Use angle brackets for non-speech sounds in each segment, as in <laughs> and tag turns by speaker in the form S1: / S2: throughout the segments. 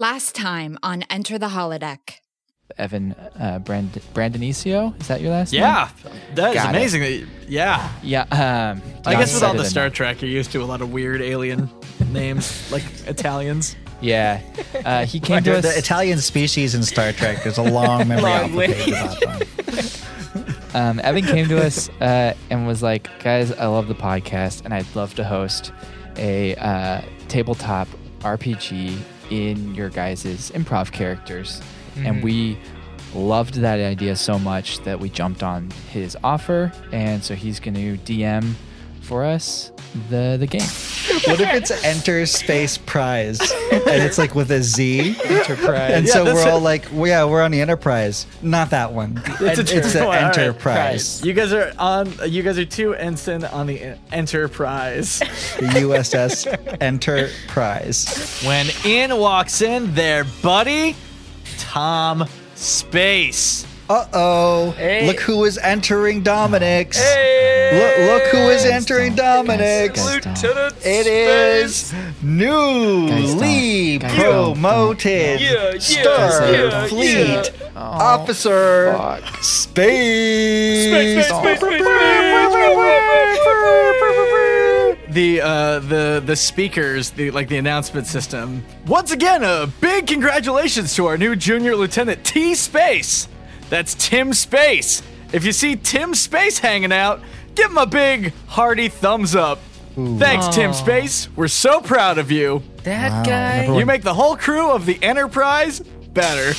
S1: Last time on Enter the Holodeck.
S2: Evan uh, Brand- Brandonicio. Is that your last name?
S3: Yeah, that is
S2: Got it.
S3: amazing. that you- Yeah,
S2: Yeah. Um,
S3: I
S2: Johnny
S3: guess with
S2: said
S3: all
S2: it
S3: the
S2: in-
S3: Star Trek, you're used to a lot of weird alien <laughs> names, like Italians.
S2: Yeah. Uh, he came to
S4: Under
S2: us.
S4: the Italian species in Star Trek. There's a long memory
S5: Long
S4: alpha
S5: list.
S4: page about that.
S2: um, Evan came to us uh, and was like, "Guys, I love the podcast, and I'd love to host a uh, tabletop RPG in your guys' improv characters."
S3: Mm-hmm.
S2: And we loved that idea so much that we jumped on his offer, and so he's going to DM for us the the game.
S4: What if it's Enter Space Prize and it's like with a Z? Enterprise. And so we're all like, well, yeah, we're on the Enterprise. Not that one. It's,
S3: a
S4: it's
S3: different
S4: the
S3: one. All right.
S4: Enterprise.
S3: You guys are on. You guys are two ensign on the en- Enterprise.
S4: The USS Enterprise.
S3: <laughs> when in walks in their buddy, Tom Space.
S4: Uh oh.
S5: Hey.
S4: Look who is entering Dominic's. Look,
S3: Hey,
S4: look who is entering Dominic's.
S2: Guys, guys, don't.
S4: It is newly
S2: Guys, don't.
S4: promoted
S2: yeah, yeah.
S4: Starfleet Officer Space.
S3: the uh, the the speakers, the like the announcement system. Once again, a big congratulations to our new junior lieutenant T Space. That's Tim Space. If you see Tim Space hanging out, give him a big hearty thumbs up. Thanks, Tim Space. We're so proud of you.
S5: That guy.
S3: You make the whole crew of the Enterprise better.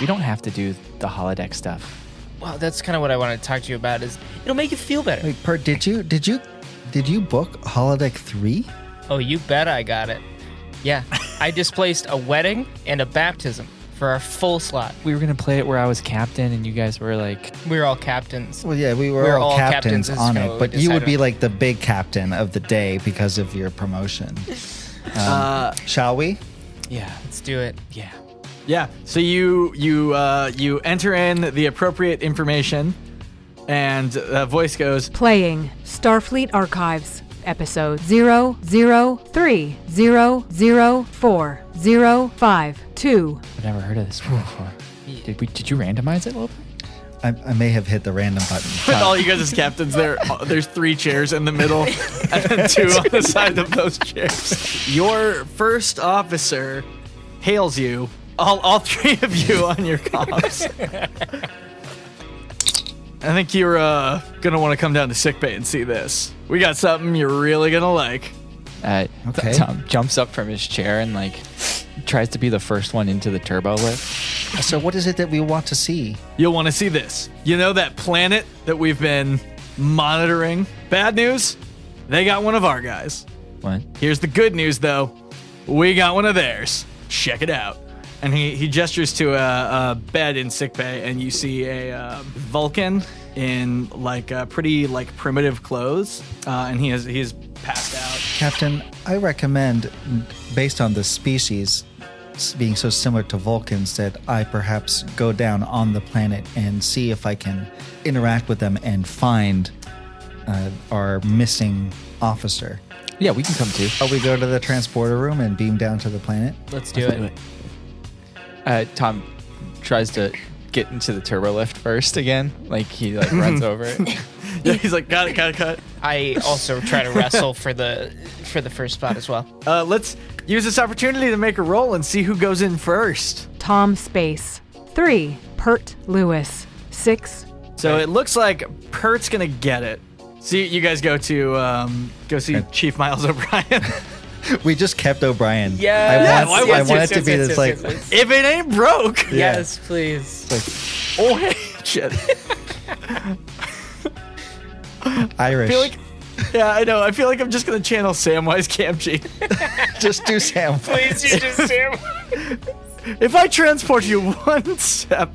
S2: We don't have to do the holodeck stuff.
S5: Wow, that's kind of what I want to talk to you about. Is it'll make you feel better.
S4: Wait, Bert, did you did you did you book Holodeck Three?
S5: Oh, you bet I got it. <laughs> Yeah, I displaced a wedding and a baptism for our full slot.
S2: We were gonna play it where I was captain and you guys were like,
S5: We were all captains.
S4: Well, yeah, we were,
S5: We were
S4: all,
S5: all
S4: captains,
S5: captains, that's
S4: on
S5: kinda
S4: it,
S5: what
S4: but
S5: we
S4: you would
S5: decided
S4: be
S5: on.
S4: like the big captain of the day because of your promotion. Um,
S3: Uh,
S4: shall we?
S2: yeah,
S5: Let's do it.
S2: yeah.
S3: Yeah. So you you uh, you enter in the appropriate information, and a voice goes,
S6: Playing Starfleet Archives, episode 003000405.
S2: I've never heard of this one before. Did we? Did you randomize it a little bit?
S4: I, I may have hit the random button.
S3: with all you guys as captains, there uh, there's three chairs in the <laughs> middle, and then two on the side of those chairs. Your first officer hails you. All all three of you on your comms. I think you're uh, gonna want to come down to sick bay and see this. We got something you're really gonna like.
S2: Uh,
S4: Okay.
S2: Tom jumps up from his chair and like tries to be the first one into the turbo lift.
S4: So, what is it that we want to see?
S3: You'll want to see this. You know that planet that we've been monitoring? Bad news, they got one of our guys.
S2: What?
S3: Here's the good news though. We got one of theirs. Check it out. And he, he gestures to a, a bed in sickbay, and you see a uh, Vulcan in like uh, pretty like primitive clothes, uh, and he is he is passed out. <laughs>
S4: Captain, I recommend, based on the species s- being so similar to Vulcans, that I perhaps go down on the planet and see if I can interact with them and find uh, our missing officer.
S2: Yeah, we can come too.
S4: Oh, we go to the transporter room and beam down to the planet.
S5: Let's do it.
S2: Uh, Tom tries to get into the turbo lift first again. Like he like <laughs> runs over it.
S3: Yeah, he's like, got it, got it, cut.
S5: I also try to wrestle for the for the first spot <laughs> as well.
S3: Uh, let's use this opportunity to make a roll and see who goes in first.
S6: Tom Space. 3. Pert Lewis. 6.
S3: So it looks like Pert's gonna get it. See, you guys go to um, go see Chief Miles <laughs> O'Brien.
S4: We just kept O'Brien.
S5: Yes,
S4: I want,
S5: yes,
S4: I want
S5: yes,
S4: it to
S5: yes,
S4: be this
S5: yes, yes,
S4: like.
S5: yes, yes.
S3: if it ain't broke,
S4: Yeah.
S5: Yes, please.
S3: oh hey, shit.
S4: Irish.
S3: feel like- Yeah, I know. I feel like I'm just gonna channel Samwise Gamgee.
S4: just do Sam. <laughs>
S5: Please, you just Sam.
S3: If I transport you one step,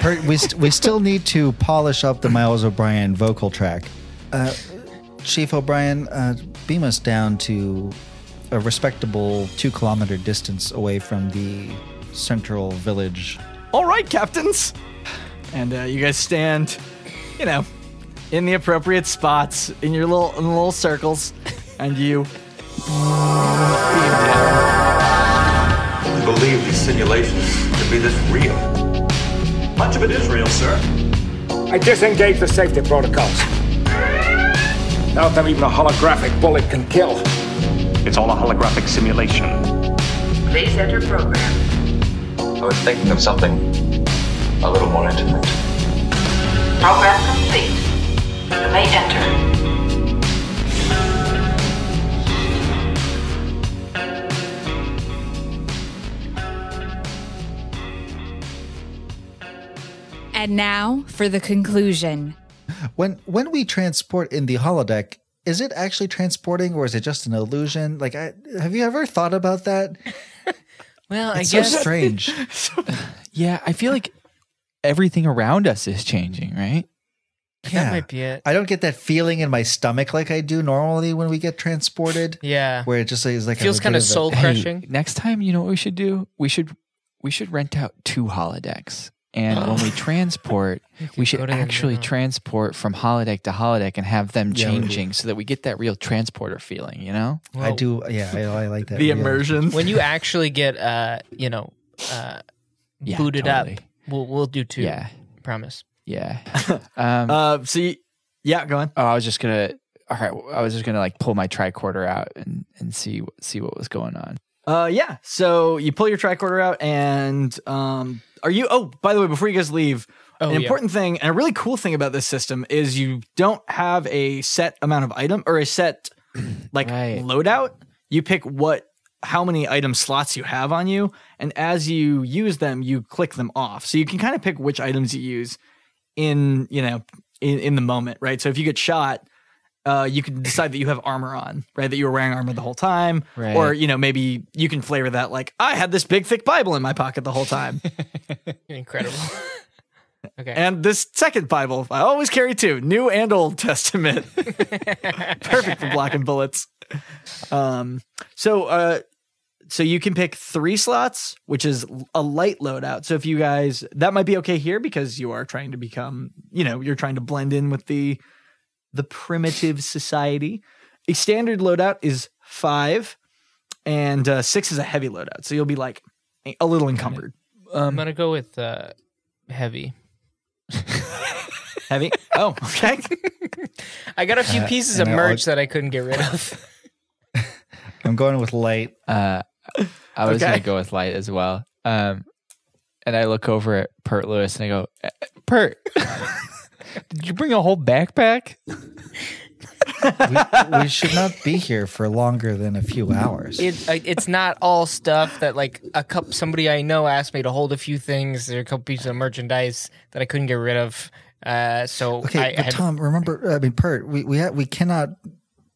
S4: Per- we, st- we still need to polish up the Miles O'Brien vocal track. Uh, Chief O'Brien, uh, beam us down to a respectable two kilometer distance away from the central village.
S3: all right, captains. And uh, you guys stand, you know, in the appropriate spots in your little in little circles, and you.
S7: believe these simulations to be this real. Much of it is real, sir.
S8: I disengage the safety protocols. Not that even a holographic bullet can kill.
S7: It's all a holographic simulation.
S9: Please enter program.
S7: I was thinking of something a little more intimate.
S9: Program complete. You may enter.
S1: And now for the conclusion.
S4: When when we transport in the holodeck, is it actually transporting or is it just an illusion? Like, I, have you ever thought about that?
S5: Well, I
S4: It's so
S5: guess
S4: strange.
S2: Yeah, I feel like everything around us is changing, right?
S4: Yeah.
S5: that might be it.
S4: I don't get that feeling in my stomach like I do normally when we get transported,
S5: Yeah.
S4: where it just is like a
S5: Feels
S4: little
S5: kind
S4: bit
S5: of
S4: a-
S5: soul crushing.
S2: Next time, you know what we should do? We should we should rent out two holodecks. And when
S5: <gasps>
S2: we transport, we should
S5: go to the
S2: actually
S5: middle.
S2: transport from holodeck to holodeck and have them
S4: Yeah, we-
S2: changing so that we get that real transporter feeling, you know?
S4: I do. Yeah, I, I like that.
S3: The
S4: yeah.
S3: immersion.
S5: When you actually get, uh, you know, uh,
S2: Yeah,
S5: booted up,
S2: totally.
S5: we'll we'll do two.
S2: Yeah.
S5: Promise.
S2: Yeah. Um,
S3: Uh, see, yeah, go on.
S2: oh, I was just gonna. All right, I was just gonna like pull my tricorder out and and see see what was going on.
S3: Uh, yeah. So you pull your tricorder out, and um, are you? Oh, by the way, before you guys leave,
S5: Oh,
S3: an
S5: yeah.
S3: important thing and a really cool thing about this system is you don't have a set amount of item or a set like
S2: Right.
S3: loadout. You pick what how many item slots you have on you, and as you use them, you click them off. So you can kind of pick which items you use in you know in, in the moment, right? So if you get shot, uh, you can decide that you have armor on, right? That you were wearing armor the whole time,
S2: Right.
S3: or you know maybe you can flavor that like I had this big thick Bible in my pocket the whole time,
S4: <laughs>
S5: Incredible. okay.
S3: and this second Bible I always carry two, New and Old <laughs>
S5: <laughs>
S3: Testament, perfect for blocking bullets. Um, so uh, so you can pick three slots, which is a light loadout. So if you guys that might be okay here because you are trying to become, you know, you're trying to blend in with the the primitive society. A standard loadout is five, and uh, six is a heavy loadout. So you'll be like a- a little encumbered.
S4: Um,
S5: I'm gonna go with uh, heavy.
S3: Heavy. Oh,
S5: <laughs>
S3: okay.
S5: I got a few pieces of
S4: Uh, and I'll-
S5: merch that I couldn't get rid of.
S4: <laughs> I'm going with light.
S2: Uh, I was
S3: Okay.
S2: gonna go with light as well. Um, and I look over at Pert Lewis and I go, "Eh, Pert, <laughs> did you bring a whole backpack?
S4: We, we should not be here for longer than a few hours.
S5: It, I- it's not all stuff that like a cup. Somebody I know asked me to hold a few things. There are a couple pieces of merchandise that I couldn't get rid of. Uh, so I,
S4: okay,
S5: I
S4: but
S5: had-
S4: Tom, remember? I mean, Pert, we we ha- we cannot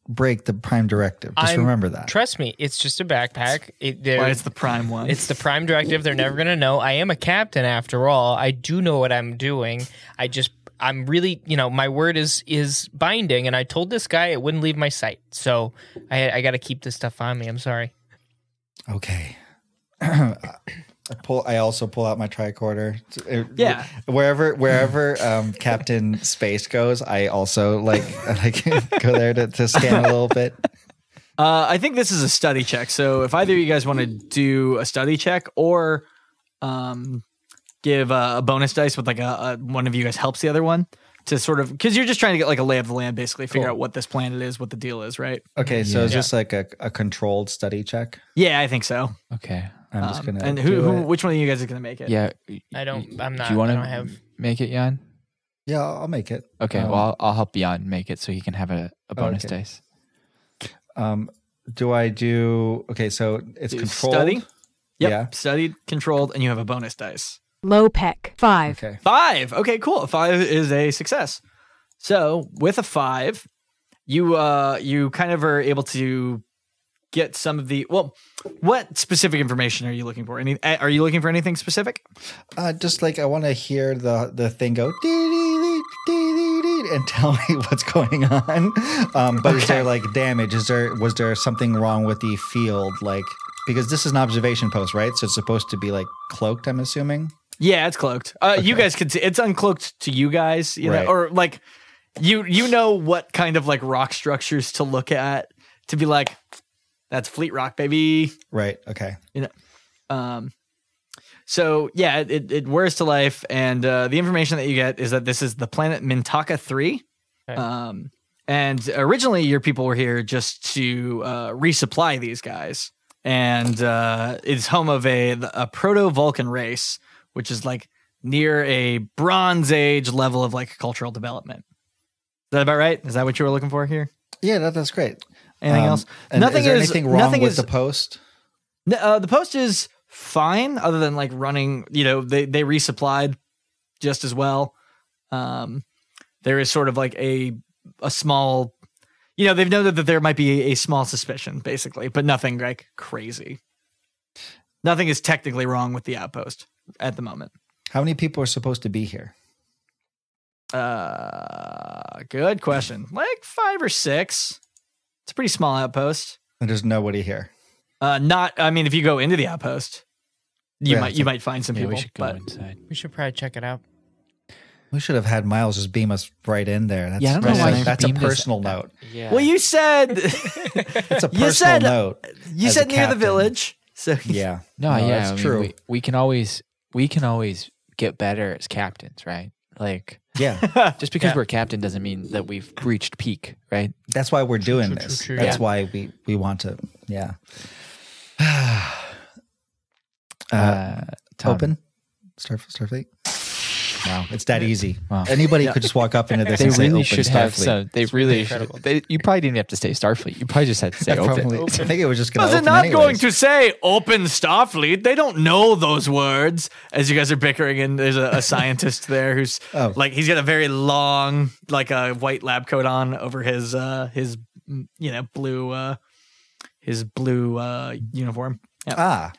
S4: break the prime directive. Just
S5: I'm-
S4: remember that.
S5: trust me, it's just a backpack. It, there-
S3: Why it's the prime one.
S5: It's the prime directive. They're never going to know. I am a captain after all. I do know what I'm doing. I just I'm really, you know, my word is is binding and I told this guy it wouldn't leave my sight. So I I got to keep this stuff on me. I'm sorry.
S4: okay. <coughs> I pull. I also pull out my tricorder. It-
S3: Yeah.
S4: Wherever wherever um, Captain Space goes, I also like <laughs> like go there to, to scan a little bit.
S3: Uh, I think this is a study check. So if either of you guys want to do a study check or um, give uh, a bonus dice with like a, a one of you guys helps the other one to sort of because you're just trying to get like a lay of the land, basically figure out what this planet is, what the deal is, right?
S4: Okay, so is this like a, a controlled study check?
S3: Yeah, I think so.
S2: Okay.
S4: I'm just gonna.
S3: Um, and who,
S4: do
S3: who
S4: it.
S3: which one of you guys is gonna make it?
S2: Yeah.
S5: I don't- I'm
S2: Do
S5: not-
S2: you want
S5: I
S2: to
S5: don't have-
S2: make it, Jan?
S4: Yeah, I'll I'll make it.
S2: Okay.
S4: Um,
S2: well, I'll, I'll help Jan make it so he can have a, a bonus
S4: okay.
S2: dice.
S4: Um, do I do? Okay, so it's
S3: Do
S4: controlled.
S3: study. Yep.
S4: Yeah.
S3: Studied, controlled, and you have a bonus dice.
S6: Low peck. Five.
S4: Okay.
S3: Five. Okay, cool. A Five is a success. So with a five, you uh you kind of are able to get some of the well. What specific information are you looking for? Any eh, are you looking for anything specific?
S4: Uh, just like I want to hear the the thing go dee dee dee dee dee dee and <laughs> tell me what's going on. Um, but is there like damage? Is there was there something wrong with the field? Like because this is an observation post, right? So it's supposed to be like cloaked. I'm assuming.
S3: Yeah, it's cloaked. Uh, You guys could see it's uncloaked to you guys, you
S4: Right.
S3: know, or like you you know what kind of like rock structures to look at to be like that's Fleet Rock, baby.
S4: Right. Okay.
S3: You know, Um, so yeah, it, it, it wears to life, and uh, the information that you get is that this is the planet Mintaka Three,
S5: Okay.
S3: um, and originally your people were here just to uh, resupply these guys, and uh, it's home of a a proto Vulcan race, which is like near a Bronze Age level of like cultural development. Is that about right? Is that what you were looking for here?
S4: Yeah, that, that's great. Um,
S3: Anything else?
S4: And
S3: Nothing
S4: is, there
S3: is-
S4: anything wrong
S3: nothing
S4: with
S3: is-
S4: the post?
S3: N- Uh, the post is fine, other than like running. You know, they they resupplied just as well. Um, there is sort of like a a small, you know, they've noted that there might be a, small suspicion, basically, but nothing like crazy. Nothing is technically wrong with the outpost at the moment.
S4: How many people are supposed to be here?
S3: Uh, good question. Like five or six. It's a pretty small outpost.
S4: And there's nobody here.
S3: Uh, not. I mean, if you go into the outpost, you
S4: Yeah,
S3: might you might find some
S2: Maybe
S3: people.
S2: we should go
S3: but
S2: inside.
S5: We should probably check it out.
S4: We should have had Miles just beam us right in there. That's,
S2: Yeah, I don't know
S4: that's-
S2: why you
S4: that's a
S2: beamed us-
S4: personal note.
S2: Yeah.
S3: well, you
S4: <laughs>
S3: said
S2: <laughs>
S4: That's a
S3: You
S4: personal
S3: said- uh,
S4: note.
S3: You
S4: as
S3: said
S4: a
S3: near the
S4: captain.
S3: village. So <laughs>
S4: Yeah.
S2: <laughs> no, yeah,
S4: That's
S2: I mean,
S4: true.
S2: We, we can always we can always get better as captains, right? Like
S4: <laughs> Ah, yeah.
S2: just because
S5: Yeah.
S2: we're captain doesn't mean that we've reached peak, right?
S4: That's why we're doing
S5: true,
S4: this.
S5: true.
S4: That's
S2: Yeah.
S4: why we, we want to. Yeah.
S2: Uh, Tom,
S4: Open. Star, Starfleet.
S2: Wow.
S4: It's that easy.
S2: Wow.
S4: Anybody could just walk up into this
S2: They
S4: and say
S2: really
S4: open
S2: should
S4: Starfleet.
S2: have some. They really should.
S5: incredible.
S2: They, you probably didn't have to say Starfleet. You probably just had to
S5: <laughs>
S2: say open.
S4: Probably. I think it was just going
S3: was
S4: to
S3: it
S4: open
S3: not
S4: anyways.
S3: going to say open Starfleet? They don't know those words. As you guys are bickering, and there's a, a scientist there who's
S4: <laughs> Oh.
S3: like he's got a very long, like a white lab coat on over his uh his mm, you know blue uh his blue uh uniform. Yeah.
S4: Ah.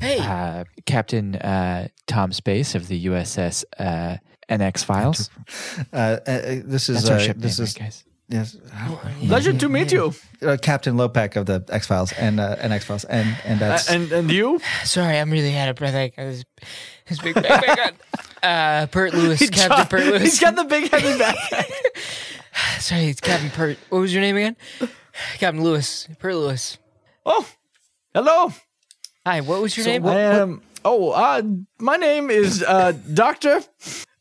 S5: Hey,
S2: uh, Captain uh, Tom Space of the USS uh, NX Files.
S4: Uh, uh, uh, this is
S2: That's our
S4: uh,
S2: ship
S4: this
S2: name,
S4: is
S2: right, guys.
S4: yes,
S3: Pleasure to meet you.
S4: uh, Captain Lopak of the X Files and uh, and X Files and and
S3: Uh,
S4: that's
S3: and and
S4: <laughs>
S3: you?
S5: sorry, I'm really out of breath. I got this, this big backpack on. Uh, Bert <laughs> Lewis, Captain Bert Lewis.
S3: He's got the big heavy backpack.
S5: <laughs> sorry, it's Captain Pert. What was your name again? Captain Lewis, Pert Lewis.
S3: oh, hello.
S5: Hi, what was your name?
S3: Um, oh, uh, my name is uh Doctor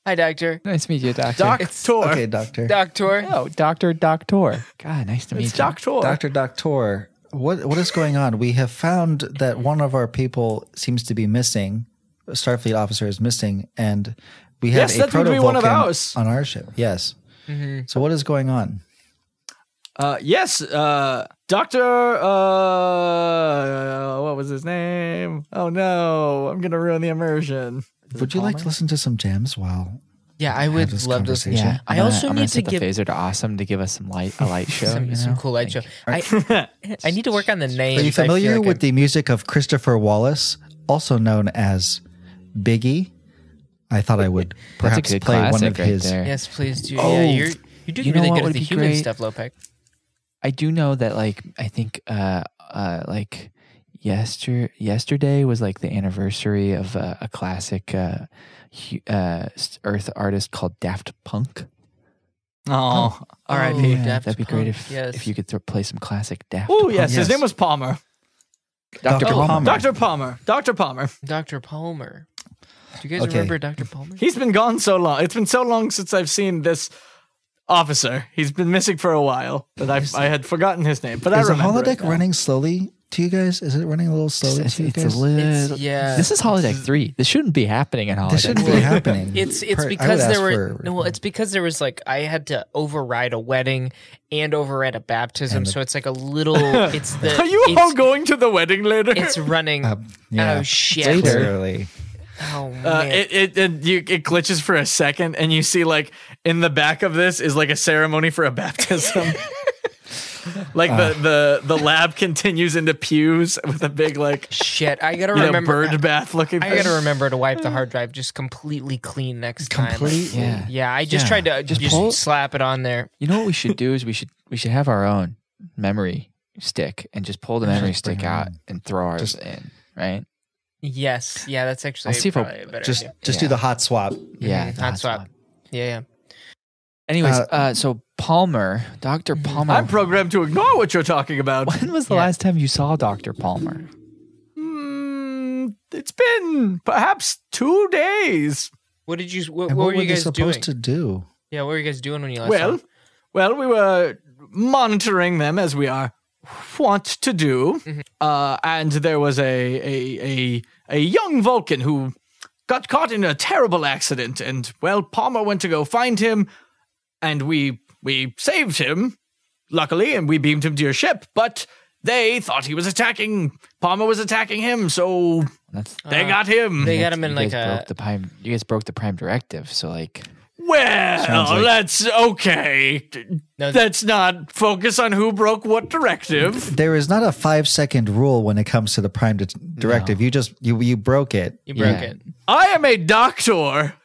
S5: Hi, Doctor.
S2: Nice to meet you, Doctor.
S3: Doctor.
S4: okay, Doctor
S5: Doctor.
S2: oh, Doctor Doctor. God, nice to meet
S3: it's
S2: you.
S3: Doctor.
S4: Doctor Doctor. What what is going on? We have found that one of our people seems to be missing. A Starfleet officer is missing, and we have
S3: Yes,
S4: a
S3: that would
S4: proto
S3: be one of
S4: Vulcan
S3: ours. Mm-hmm.
S4: on our ship. Yes. So what is going on?
S3: Uh, yes, uh, Doctor. Uh, what was his name? Oh no, I'm gonna ruin the immersion.
S4: Would you like to listen to some jams while?
S5: Yeah, I would
S4: this
S5: love this.
S4: conversation.
S2: Yeah,
S5: I
S2: I'm gonna-
S5: also
S2: I'm gonna
S5: need to
S2: set
S5: give
S2: the phaser to awesome to give us some light, a light show.
S5: <laughs> some,
S2: you
S5: some
S2: know?
S5: cool light show.
S2: Like,
S5: I, I need to work on the name.
S4: Are you familiar with the music of Christopher Wallace, also known as Biggie? I thought
S3: <laughs>
S4: I would
S2: That's a
S4: perhaps
S2: good
S4: play one
S2: classic
S4: of
S2: right
S4: his.
S2: there.
S5: Yes, please do.
S2: Oh,
S5: yeah, you're you're doing
S2: you know
S5: really
S2: what
S5: good
S2: would
S5: at the
S2: be
S5: human
S2: great?
S5: stuff, Lopek.
S2: I do know that like I think uh uh like yester yesterday was like the anniversary of uh, a classic uh, hu- uh s- earth artist called Daft Punk.
S3: <laughs> Oh,
S5: Oh,
S3: R.I.P.
S5: Daft
S2: that'd be great
S5: Punk,
S2: if
S5: yes.
S2: if you could throw play some classic Daft.
S3: Oh
S2: Punk.
S3: yes, his
S4: Yes.
S3: name was Palmer. Oh,
S2: Dr.
S4: Dr.
S2: Palmer.
S4: Palmer.
S3: Doctor Palmer. Doctor Palmer.
S5: Dr. Palmer. Do you guys
S4: Okay.
S5: remember Dr. Palmer?
S3: He's been gone so long. It's been so long since I've seen this officer. He's been missing for a while that I I had forgotten his name. But
S4: Is
S3: I
S4: the
S3: remember.
S4: holodeck
S3: it now.
S4: running slowly to you guys? Is it running a little slowly
S2: It's,
S4: to you
S2: it's
S4: guys?
S2: a little.
S5: It's- yeah.
S2: This is holodeck three. This shouldn't be happening in holodeck.
S4: this shouldn't be
S2: three.
S4: happening.
S5: <laughs> It's
S4: Per- I
S5: it's
S4: would
S5: because
S4: ask
S5: there were
S4: for-
S5: no, well, it's because there was like I had to override a wedding and override a baptism, so it's like a little. It's the
S3: Are you
S5: it's,
S3: all going to the wedding later?
S5: It's running.
S4: yeah.
S5: Oh shit!
S2: Later.
S4: clearly.
S5: Oh man.
S3: Uh, it it and you it glitches for a second, and you see like in the back of this is like a ceremony for a
S5: <laughs>
S3: baptism. like
S5: Uh.
S3: the, the the lab continues into pews with a big like
S5: shit! I gotta
S3: you know,
S5: remember.
S3: bird bath looking.
S5: I
S3: thing. <laughs>
S5: gotta remember to wipe the hard drive just completely clean next
S4: Complete-
S5: time.
S2: Yeah.
S5: Yeah, I just
S2: Yeah.
S5: tried to just,
S2: Just pull-
S5: slap it on there.
S2: You know what we should do is we should we should have our own memory stick and just pull the memory
S4: just bring
S2: stick
S4: it
S2: out
S4: in.
S2: and throw ours
S4: Just-
S2: in, right?
S5: Yes. Yeah, that's actually
S2: I'll see if I'll-
S5: probably a better
S4: Just
S5: idea.
S4: just
S2: Yeah.
S4: do the hot swap.
S2: Yeah,
S5: hot swap. Yeah, yeah.
S2: Anyways, uh,
S4: Uh,
S2: so Palmer, Doctor Palmer. <laughs>
S3: I'm programmed to ignore what you're talking about.
S2: when was the
S5: Yeah.
S2: last time you saw Doctor Palmer?
S3: It's been perhaps two days.
S5: What did you? What,
S4: And
S5: what
S4: what,
S5: were
S4: were
S5: you
S4: they
S5: guys doing?
S4: supposed to do?
S5: Yeah, what were you guys doing when you last?
S3: Well,
S5: saw-
S3: well, we were monitoring them as we are wont to do, uh, and there was a a a a young Vulcan who got caught in a terrible accident, and well, Palmer went to go find him, and we we saved him, luckily, and we beamed him to your ship, but. They thought he was attacking. Palmer was attacking him, so
S2: That's
S3: they got him.
S5: they got Uh, him in
S2: you
S5: like
S2: guys
S5: a.
S2: broke the prime. You guys broke the prime directive, so like
S3: Well,
S4: Sounds like-
S3: that's okay.
S5: No,
S3: Let's not focus on who broke what directive.
S4: There is not a five second rule when it comes to the prime di- directive. You just you you broke it.
S5: you broke
S2: Yeah.
S5: it.
S3: I am a doctor.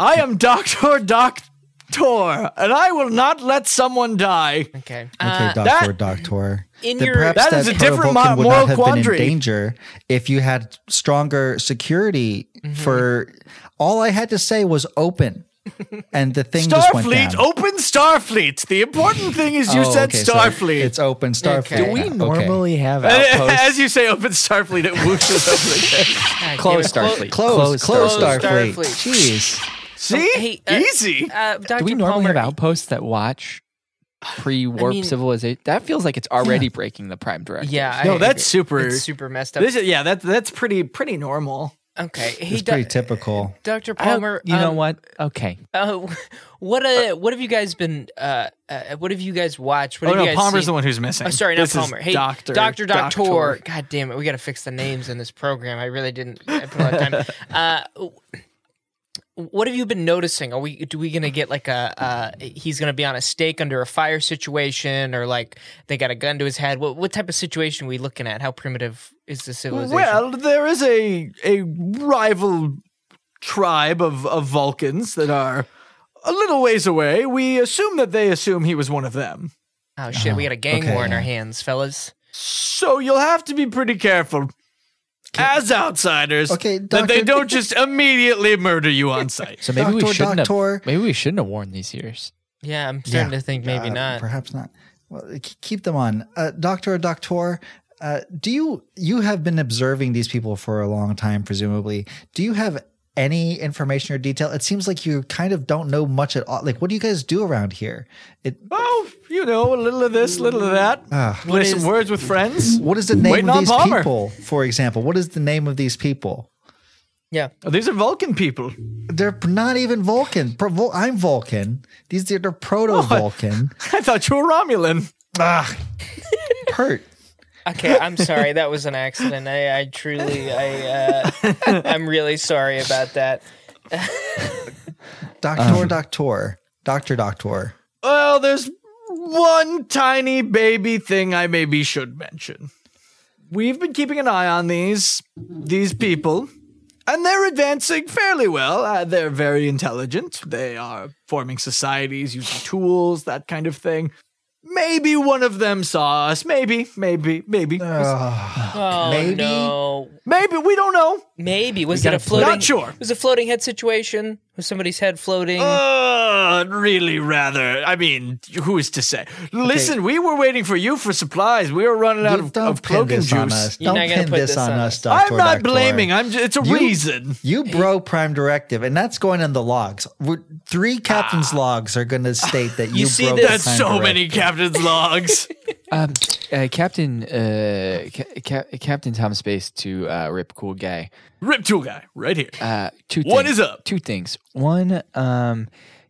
S3: I am Doctor Doctor, and I will not let someone die.
S5: Okay. Uh,
S4: Okay, doctor, doctor.
S5: in
S4: Then
S5: your-
S4: perhaps
S3: That
S4: that,
S3: is a
S4: Proto
S3: different
S4: Vulcan
S3: mo-
S4: would
S3: moral
S4: not have
S3: quandary.
S4: been in danger if you had stronger security. For all I had to say was open, and the thing just went down.
S3: Starfleet, open Starfleet. The important thing is you
S4: Oh,
S3: said
S4: okay, so
S3: Starfleet.
S4: it's open Starfleet.
S5: Do
S4: Yeah,
S2: we
S4: okay.
S2: normally
S5: <laughs>
S2: have
S3: <laughs> As
S2: outposts.
S3: you say, open Starfleet. It whooshes over the head.
S5: God
S2: Close
S5: damn it.
S2: Starfleet.
S4: Close, close,
S5: Close
S4: Starfleet.
S5: Starfleet.
S4: Jeez.
S3: See,
S5: Hey, uh,
S3: easy.
S5: Uh, Dr.
S2: Do we normally
S5: Palmer,
S2: have outposts that watch pre-warp
S5: mean-
S2: civilization? That feels like it's already breaking the prime directive.
S5: Yeah.
S3: No,
S5: I-
S3: that's super-
S5: It's super messed up.
S3: This is yeah. That that's pretty pretty normal.
S5: okay. Hey,
S4: It's pretty
S5: doc-
S4: typical.
S5: Dr.
S2: I don't-
S5: Palmer.
S2: you know
S5: um,
S2: what? Okay,
S5: Uh, <laughs> what uh, what have you guys been? Uh, uh, what have you guys watched? What
S3: Oh
S5: have you
S3: no,
S5: guys
S3: Palmer's
S5: seen?
S3: the one who's missing.
S5: Oh, sorry, not
S3: This is
S5: Palmer. Hey,
S3: Doctor,
S5: Doctor, Doctor. God damn it, we got to fix the names in this program. I really didn't I put a lot of time. Uh, w- what have you been noticing? Are we do we gonna get like a uh, he's gonna be on a stake under a fire situation, or like they got a gun to his head? What what type of situation are we looking at? How primitive is the civilization?
S3: Well, there is a a rival tribe of, of Vulcans that are a little ways away. We assume that they assume he was one of them.
S5: oh shit, we got a gang
S4: okay,
S5: war in our
S4: yeah.
S5: hands, fellas.
S3: So you'll have to be pretty careful as outsiders
S4: Okay,
S3: that they
S4: Doctor-
S3: don't just immediately murder you
S4: <laughs>
S3: on sight.
S2: so maybe we
S4: Doctor,
S2: shouldn't
S4: doctor.
S2: have. Maybe we shouldn't have worn these years.
S5: Yeah, I'm starting
S4: Yeah.
S5: to think maybe
S4: Uh,
S5: not.
S4: Perhaps not. Well, k- keep them on, uh, Doctor or Doctor. Uh, do you you have been observing these people for a long time, presumably? Do you have any information or detail? It seems like you kind of don't know much at all. Like, what do you guys do around here? It,
S3: Oh, you know, a little of this, little of that.
S4: Ah.
S3: Play some words with
S4: <laughs>
S3: friends.
S4: what is the name
S3: Waiting
S4: of
S3: on
S4: these
S3: Palmer.
S4: people? For example, what is the name of these people?
S5: Yeah,
S3: Oh, these are Vulcan people. <laughs>
S4: They're not even Vulcan. Pro- Vul- I'm Vulcan. These are they're proto <laughs> Vulcan.
S3: I thought you were Romulan.
S4: Ah. Pert.
S5: Okay, I'm sorry. That was an accident. I, I truly, I, uh, I'm really sorry about that.
S4: Doctor,
S3: Um,
S4: doctor, doctor, doctor.
S3: Well, there's one tiny baby thing I maybe should mention. We've been keeping an eye on these these people, and they're advancing fairly well. Uh, they're very intelligent. They are forming societies, using tools, that kind of thing. Maybe one of them saw us. Maybe, maybe, maybe,
S4: Uh.
S5: Oh
S4: Maybe?
S5: no,
S3: maybe. We don't know.
S5: maybe was it a floating?
S3: Not sure.
S5: Was it a floating head situation? Was somebody's head floating?
S3: Uh, really, rather. I mean, who is to say? Listen, we were waiting for you for supplies. We were running out
S4: You
S3: of,
S4: don't
S3: of
S4: pin
S3: cloak and
S4: this on
S3: juice.
S4: us.
S5: You're
S4: Don't
S5: not gonna
S4: pin
S5: put
S4: this
S5: this
S4: on
S5: on
S4: us,
S5: us.
S4: Doctor.
S3: I'm not
S4: Doctor.
S3: blaming. I'm. Just, it's a reason.
S4: You broke Prime Directive, and that's going in the logs. We're, three captains'
S3: Ah.
S4: logs are going to state that you,
S5: see
S4: broke
S5: this?
S4: the
S3: That's
S4: Prime
S3: so
S4: Directive.
S3: many
S4: <laughs>
S3: captain's logs.
S2: Um, uh, Captain uh, Ca- Ca- Captain Tom Space to uh, Rip Cool Guy.
S3: Rip tool guy, right here.
S2: Uh, two.
S3: What
S2: things.
S3: is up?
S2: Two things. One, um,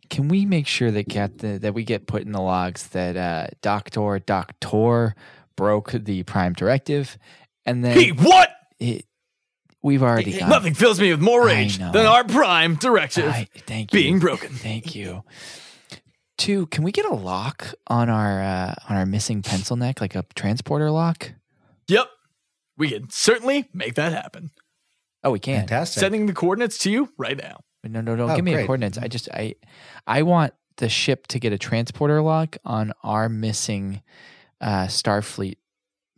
S2: can we make sure that Captain that we get put in the logs that uh, Doctor Doctor broke the prime directive, and then
S3: hey, what?
S2: it, we've already gone.
S3: Nothing fills me with more rage
S2: know.
S3: than our prime directive.
S2: I, thank you.
S3: being broken.
S2: Thank you. Two, can we get a lock on our uh, on our missing pencil neck, like a transporter lock?
S3: Yep, we can certainly make that happen.
S2: Oh, we can.
S4: Fantastic.
S3: Sending the coordinates to you right now.
S2: No, no, don't
S4: Oh,
S2: give me the
S4: great.
S2: coordinates. I just I I want the ship to get a transporter lock on our missing uh, Starfleet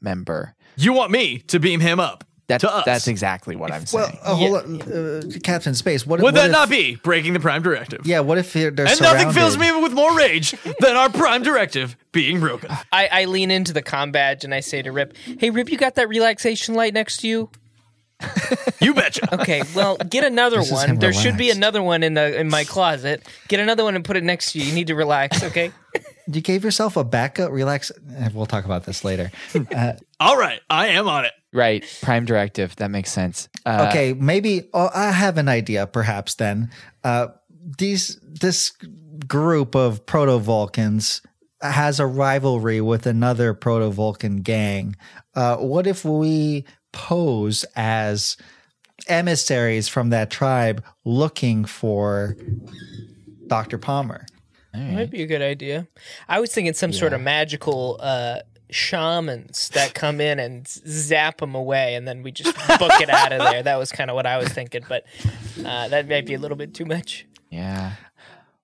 S2: member.
S3: You want me to beam him up
S2: That's
S3: to us?
S2: that's exactly what I'm
S4: well,
S2: saying.
S4: uh, hold on, uh, Captain Space. What
S3: Would
S4: what
S3: that
S4: if,
S3: not be breaking the prime directive?
S4: Yeah. What if they're, they're
S3: and nothing fills
S4: surrounded?
S3: me with more rage than our prime directive being broken.
S5: I, I lean into the com badge and I say to Rip, "Hey Rip, you got that relaxation light next to you?"
S3: You betcha.
S4: <laughs>
S5: Okay, well, get another
S4: This is
S5: one.
S4: him
S5: There should be
S4: relaxed.
S5: another one in the in my closet. Get another one and put it next to you. You need
S4: <laughs>
S5: to relax, okay?
S4: You gave yourself a backup. Relax. eh, We'll talk about this later. Uh,
S3: All right, I am on it.
S2: Right. Prime directive. That makes sense. Uh,
S4: okay, maybe oh, I have an idea. Perhaps then, uh, these this group of proto Vulcans has a rivalry with another proto Vulcan gang. Uh, what if we pose as emissaries from that tribe looking for Doctor Palmer?
S5: Might be a good idea. I was thinking some sort of magical uh, shamans that come in and z- zap them away, and then we just book it out of there. That was kind of what I was thinking, but uh, that might be a little bit too much.
S2: Yeah.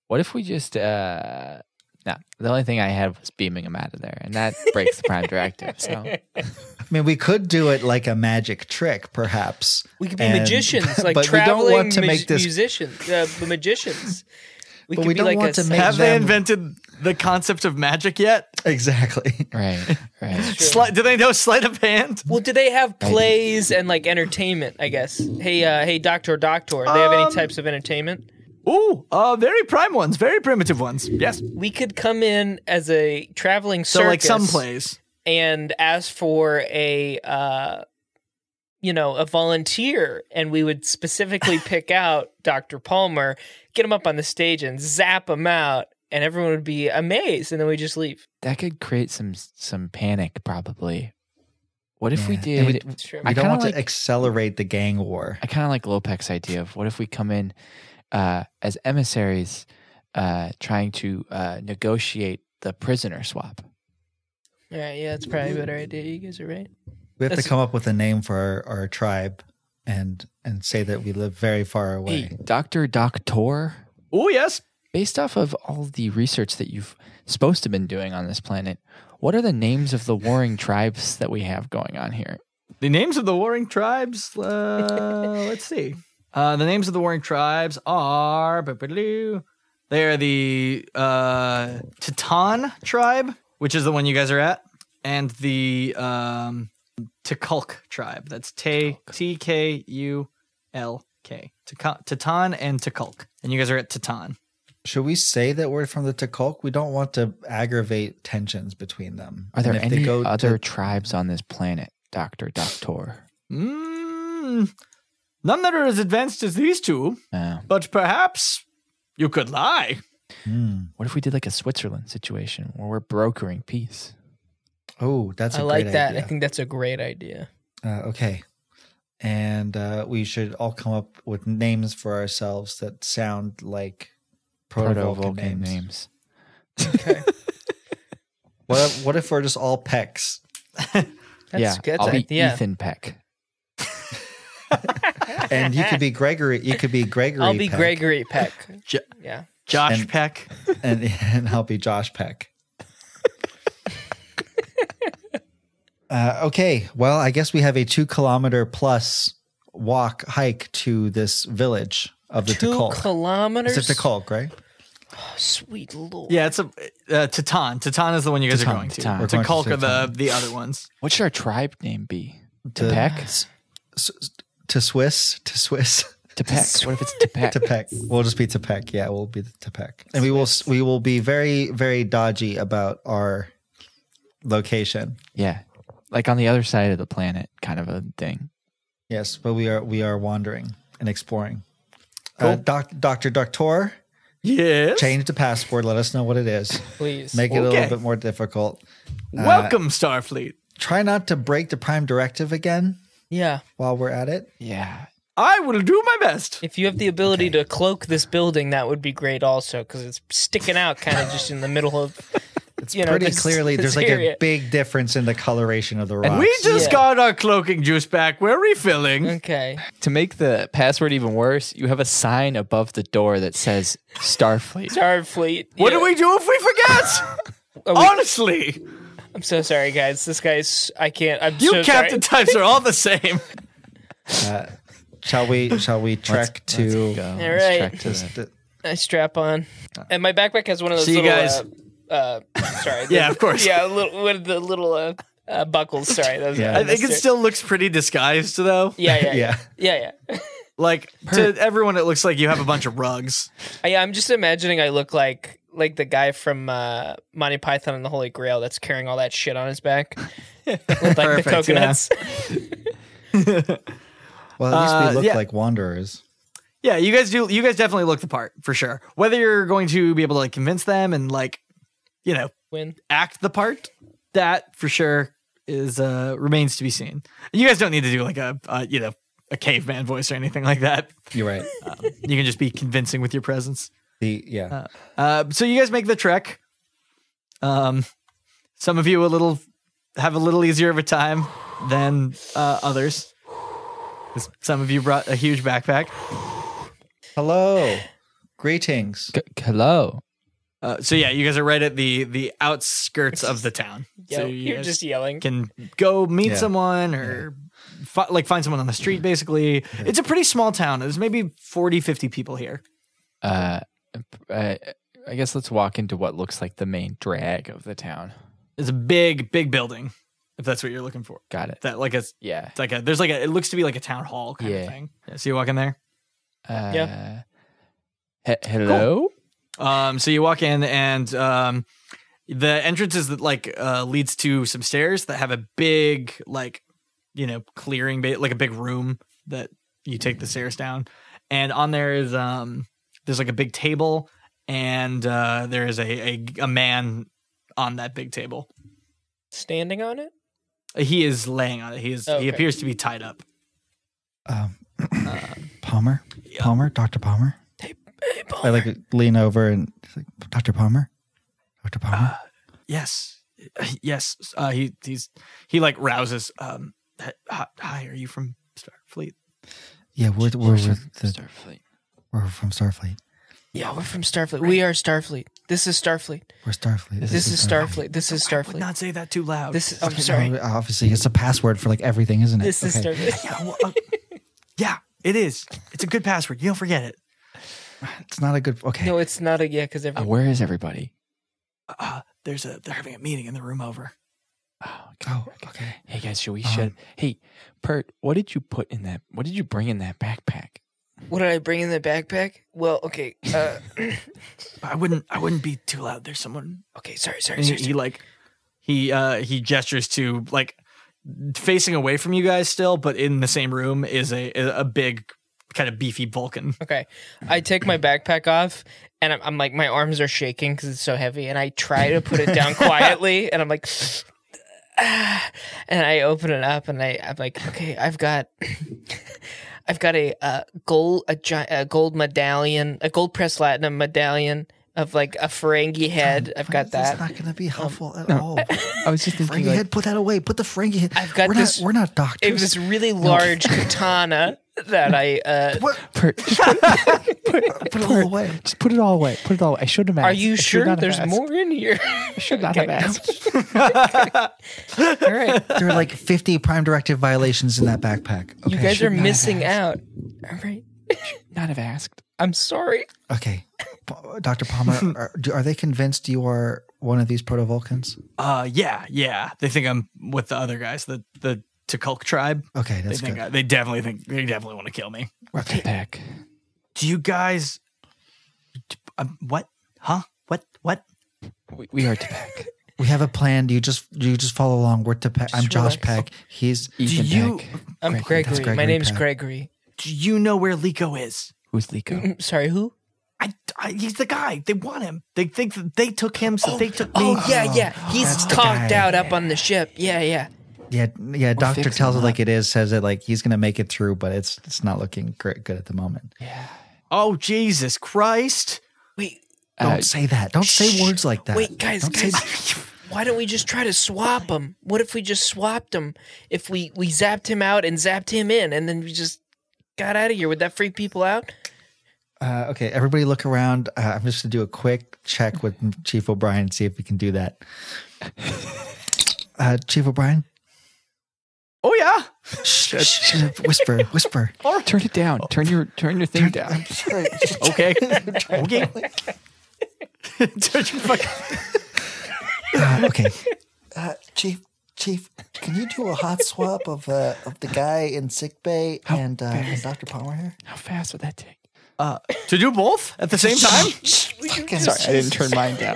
S2: What if we just uh no, the only thing I had was beaming him out of there, and that breaks the prime directive.
S4: <laughs>
S2: So
S4: I mean, we could do it like a magic trick, perhaps.
S5: We could be
S4: And- <laughs>
S5: magicians, like
S4: but
S5: traveling
S4: we don't want to
S5: mag-
S4: make this.
S5: musicians, uh, magicians. We
S4: But
S5: could
S4: we
S5: be
S4: don't
S5: like
S4: want
S5: a
S4: to make
S5: sap-
S3: Have they
S4: them-
S3: invented the concept of magic yet?
S4: <laughs> exactly.
S2: right, right.
S3: Sli- do they know sleight of hand?
S5: Well, do they have plays and like entertainment? I guess. Hey, uh, hey, doctor, doctor. Do they have any types of entertainment?
S3: Ooh, uh, very prime ones, very primitive ones. Yes.
S5: We could come in as a traveling circus.
S3: So like some plays.
S5: and ask for a uh you know a volunteer and we would
S4: <laughs>
S5: specifically pick out dr palmer get him up on the stage and zap him out and everyone would be amazed and then we just leave
S2: That could create some some panic, probably. What if we
S4: Yeah, and we-
S2: did?
S5: Sure.
S4: We
S2: I
S4: don't
S2: kinda
S4: want
S2: like-
S4: to accelerate the gang war.
S2: I kind of like Lopek's idea of what if we come in uh, as emissaries, uh, trying to uh, negotiate the prisoner swap.
S5: all right yeah that's probably a better idea you guys are right
S4: We have
S5: That's-
S4: to come up with a name for our, our tribe and and say that we live very far away.
S2: Hey, Doctor Doctor,
S3: Oh yes.
S2: based off of all the research that you've supposed to been doing on this planet, what are the names of the warring tribes that we have going on here?
S3: The names of the warring tribes. <laughs> Uh, let's see. Uh, the names of the warring tribes are. They are the uh, Titan tribe, which is the one you guys are at, and the um, Tekulk tribe. That's T T K U L K. Titan and Tekulk, and you guys are at Titan.
S4: Should we say that we're from the Takulk? We don't want to aggravate tensions between them.
S2: Are there
S4: And if they
S2: any
S4: go to-
S2: other tribes on this planet, Doctor Doctor?
S3: Mm, none that are as advanced as these two,
S2: Uh,
S3: but perhaps you could lie.
S4: Hmm.
S2: what if we did like a Switzerland situation where we're brokering peace?
S4: Oh, that's a
S5: i like
S4: great
S5: that i
S4: idea.
S5: think that's a great idea
S4: Uh, okay, and uh, we should all come up with names for ourselves that sound like proto-Vulcan
S2: Proto-Vulcan
S4: names.
S2: names.
S4: What if, what if we're just all Pecks?
S5: that's,
S2: yeah,
S5: that's
S2: I'll be
S5: yeah.
S2: Ethan Peck.
S4: And you could be Gregory. You could be Gregory.
S5: i'll be
S4: Peck, <laughs>
S5: gregory peck
S3: J-
S5: yeah
S3: Josh
S4: And-
S3: Peck.
S4: and, <laughs> and I'll be Josh
S5: <laughs>
S4: Peck. uh, okay, well, I guess we have a two kilometer plus walk hike to this village of the
S5: two
S4: Takulk.
S5: kilometers
S4: Is it Takulk, right?
S5: sweet lord
S3: Yeah, it's a uh, Titan. Titan is the one you guys
S4: Titan,
S3: are going to.
S2: Titan.
S3: Titan.
S2: We're
S4: going to
S3: Tekulk are the
S4: Titan.
S3: the other
S5: <laughs>
S3: ones.
S2: What should our tribe name be?
S4: The-
S2: To Peck?
S4: S- s- to Swiss, to Swiss, <laughs>
S2: To Peck. E What if it's to <laughs> Peck?
S4: to Peck. We'll just be to Peck. Yeah, we'll be to Peck, and we will s- we will be very very dodgy about our location.
S2: Yeah. Like on the other side of the planet, kind of a thing.
S4: Yes, but we are we are wandering and exploring. Uh, doc, Doctor Doctor,
S3: Yes.
S4: change the password. Let us know what it is.
S5: please
S4: Make it a
S3: Okay.
S4: little bit more difficult. uh,
S3: Welcome, Starfleet.
S4: Try not to break the prime directive again
S5: yeah
S4: while we're at it.
S2: Yeah.
S3: I will do my best.
S5: If you have the ability to cloak this building, that would be great also because it's sticking out kind of just in the middle of.
S4: <laughs> It's
S5: You know,
S4: pretty
S5: this-
S4: clearly there's
S5: this
S4: like
S5: area.
S4: a big difference in the coloration of the rocks.
S2: And
S3: We just
S5: Yeah.
S3: got our cloaking juice back. We're refilling.
S5: Okay.
S2: To make the password even worse, you have a sign above the door that says Starfleet.
S5: Starfleet.
S3: What
S5: yeah.
S3: do we do if we forget?
S5: <laughs> Oh, we-
S3: Honestly,
S5: I'm so sorry, guys. This guy's. I can't. I'm
S3: you
S5: so
S3: captain
S5: sorry.
S3: types are all the same.
S4: shall we shall we trek to
S2: Let's go.
S5: All
S2: Let's
S5: right.
S2: track to
S4: this-
S2: the-
S4: th-
S5: I strap on, and my backpack has one of those
S3: So you
S5: little.
S3: guys-
S5: Uh, uh, sorry.
S3: <laughs> Yeah,
S5: the-
S3: of course.
S5: Yeah, a little with the little uh, Uh, Buckles, sorry. That was,
S4: Yeah.
S5: <laughs> I
S3: I think it
S5: missed
S3: still looks pretty disguised, though.
S5: Yeah,
S3: <laughs>
S5: yeah, yeah,
S4: Yeah.
S5: yeah, yeah.
S3: Like to everyone, it looks like you have a bunch of rugs.
S5: I, I'm just imagining I look like like the guy from uh, Monty Python and the Holy Grail that's carrying all that shit on his back <laughs> with like
S3: Perfect,
S5: the
S3: yeah.
S5: coconuts.
S4: Well, at least
S3: Uh,
S4: we look
S3: yeah.
S4: like wanderers.
S3: Yeah, you guys do. You guys definitely look the part for sure. Whether you're going to be able to like convince them and like, you know, <laughs>
S5: Win.
S3: act the part, that for sure is uh remains to be seen. You guys don't need to do like a uh, you know a caveman voice or anything like that. Um,
S4: You're right.
S3: You can just be convincing with your presence.
S4: The yeah.
S3: Uh, so you guys make the trek. Um, some of you a little have a little easier of a time than uh, others. 'Cause Some of you brought a huge backpack.
S4: Hello. Greetings.
S2: G- hello.
S3: Uh, so yeah, you guys are right at the the outskirts of the
S5: <laughs>
S3: town.
S5: Yo,
S3: so you
S5: you're
S3: guys
S5: just yelling.
S3: can go meet
S4: Yeah.
S3: someone or fi- like find someone on the street. Basically, it's a pretty small town. There's maybe 40, 50 people here.
S2: Uh, I, I guess let's walk into what looks like the main drag of the town.
S3: It's a big, big building. If that's what you're looking for,
S2: Got it.
S3: that like a
S2: Yeah.
S3: it's like a there's like a it looks to be like a town hall kind
S2: Yeah.
S3: of thing. Yeah, so you walk in there.
S2: Uh,
S5: Yeah.
S2: he- hello.
S3: Um, so you walk in, and um, the entrance is that like uh, leads to some stairs that have a big like you know clearing ba- like a big room that you take the stairs down, and on there is um there's like a big table, and uh, there is a, a a man on that big table.
S5: Standing on it?
S3: He is laying on it. He is
S5: Okay.
S3: he appears to be tied up.
S4: Um, Palmer. Palmer. Dr. Palmer.
S5: Hey,
S4: I like lean over and it's like, Dr. Palmer. Dr. Palmer.
S5: Uh,
S3: Yes, yes. Uh, he he's he like rouses. Um, hi, hi, are you from Starfleet?
S4: yeah, we're, we're,
S2: Sure.
S4: with the,
S2: Starfleet.
S4: we're from Starfleet.
S5: Yeah, we're from Starfleet. We are Starfleet. This is Starfleet.
S4: We're Starfleet.
S5: This is Starfleet. This is
S3: Would
S5: Starfleet.
S3: not say that too loud.
S5: This is. I'm
S4: Okay,
S5: sorry.
S4: no, obviously, it's a password for like everything, isn't it?
S5: This is
S4: Okay.
S5: Starfleet.
S3: Yeah, well, uh, yeah, it is. It's a good password. You don't forget it.
S4: It's not a good. Okay.
S5: No, it's not a yeah, because
S2: Uh,
S5: every
S2: where is everybody?
S3: Uh, there's a they're having a meeting in the room over.
S2: Oh, okay.
S4: oh, okay.
S2: Hey guys, should we shut? Hey, Pert, what did you put in that? What did you bring in that backpack?
S5: what did I bring in the backpack? Well, okay, uh, <clears throat>
S3: I wouldn't I wouldn't be too loud. There's someone.
S5: okay, sorry, sorry,
S3: And he,
S5: sorry.
S3: he
S5: sorry.
S3: like he uh he gestures to like facing away from you guys still, but in the same room is a is a big kind of beefy Vulcan.
S5: Okay, I take my backpack off, and I'm, I'm like my arms are shaking because it's so heavy, and I try to put it down quietly, and I'm like, <sighs> ah, and I open it up, and I I'm like, okay, I've got. <clears throat> I've got a uh, gold a, gi- a gold medallion, a gold press latinum medallion of like a Ferengi head. I've got
S4: That's
S5: that. Um,
S4: not going to be helpful at
S5: <laughs>
S4: all.
S2: I was just
S4: Frankie
S2: thinking,
S4: head, put that away. Put the Frankie head.
S5: I've got
S4: we're
S5: this-
S4: Not, we're not
S5: it
S4: doctors.
S5: was this really large katana that I uh, <laughs>
S2: Pert, just put,
S4: put it all away.
S2: just put it all away. Put it all away. I should have asked.
S5: Are you
S2: I should not
S5: sure
S2: have
S5: there's
S2: asked.
S5: more in here?
S2: I should not have asked.
S5: <laughs> All right.
S4: There are like 50 prime directive violations in that backpack. Okay.
S5: You guys are
S2: not have
S5: missing out. All right.
S2: Not have asked.
S5: I'm sorry.
S4: okay. P- Dr.
S5: <laughs>
S4: Palmer, are, do, are they convinced you are one of these proto Vulcans?
S3: Uh yeah yeah they think I'm with the other guys the the Tukulk tribe.
S4: Okay,
S3: They
S4: that's
S3: think
S4: good.
S3: I, they definitely think they definitely want to kill me.
S2: Get back.
S3: Do you guys? Um, what? Huh? What? What?
S2: We, we are to <laughs> back.
S4: we have a plan. You just you just follow along. We're to Pe- I'm Josh
S5: relax.
S4: Peck. He's
S2: Ethan
S3: you-
S2: Peck.
S5: I'm
S4: Gregory,
S5: Gregory.
S4: that's
S5: My
S4: Gregory
S5: name's
S4: Peck.
S5: Gregory.
S3: Do you know where Liko is?
S2: Who's <laughs> Lico?
S5: I'm sorry, who?
S3: I, I, he's the guy. They want him. They think that they took him, so they took me.
S5: Oh, yeah, yeah. He's
S4: that's the
S5: conked
S4: guy.
S5: out up on the ship. Yeah, yeah.
S4: yeah yeah. doctor
S2: fix
S4: tells
S2: him
S4: it like it is. Says it like he's gonna make it through, but it's it's not looking great, good at the moment.
S3: Oh, Jesus Christ.
S5: Wait,
S4: Don't
S2: Uh,
S4: say that. Don't say words like that.
S5: wait, guys,
S4: Don't say
S5: guys. Why don't we just try to swap them? What if we just swapped them? If we we zapped him out and zapped him in, and then we just got out of here, would that freak people out?
S4: Uh, okay, everybody look around. Uh, I'm just going to do a quick check with Chief O'Brien and see if we can do that. Uh, Chief O'Brien,
S3: Oh, yeah. <laughs>
S4: shh, shh, whisper, whisper.
S2: Turn it down. Turn your turn your thing down.
S3: <laughs> Okay. okay. Don't you fucking-
S4: Uh, okay, uh, Chief,
S10: Chief, can you do a hot swap of uh, of the guy in sick bay and, uh, and Dr. Palmer here?
S2: How fast would that take?
S3: To do both at the same
S4: <laughs>
S3: time?
S10: Fucking
S2: Sorry, I didn't turn mine <laughs> down.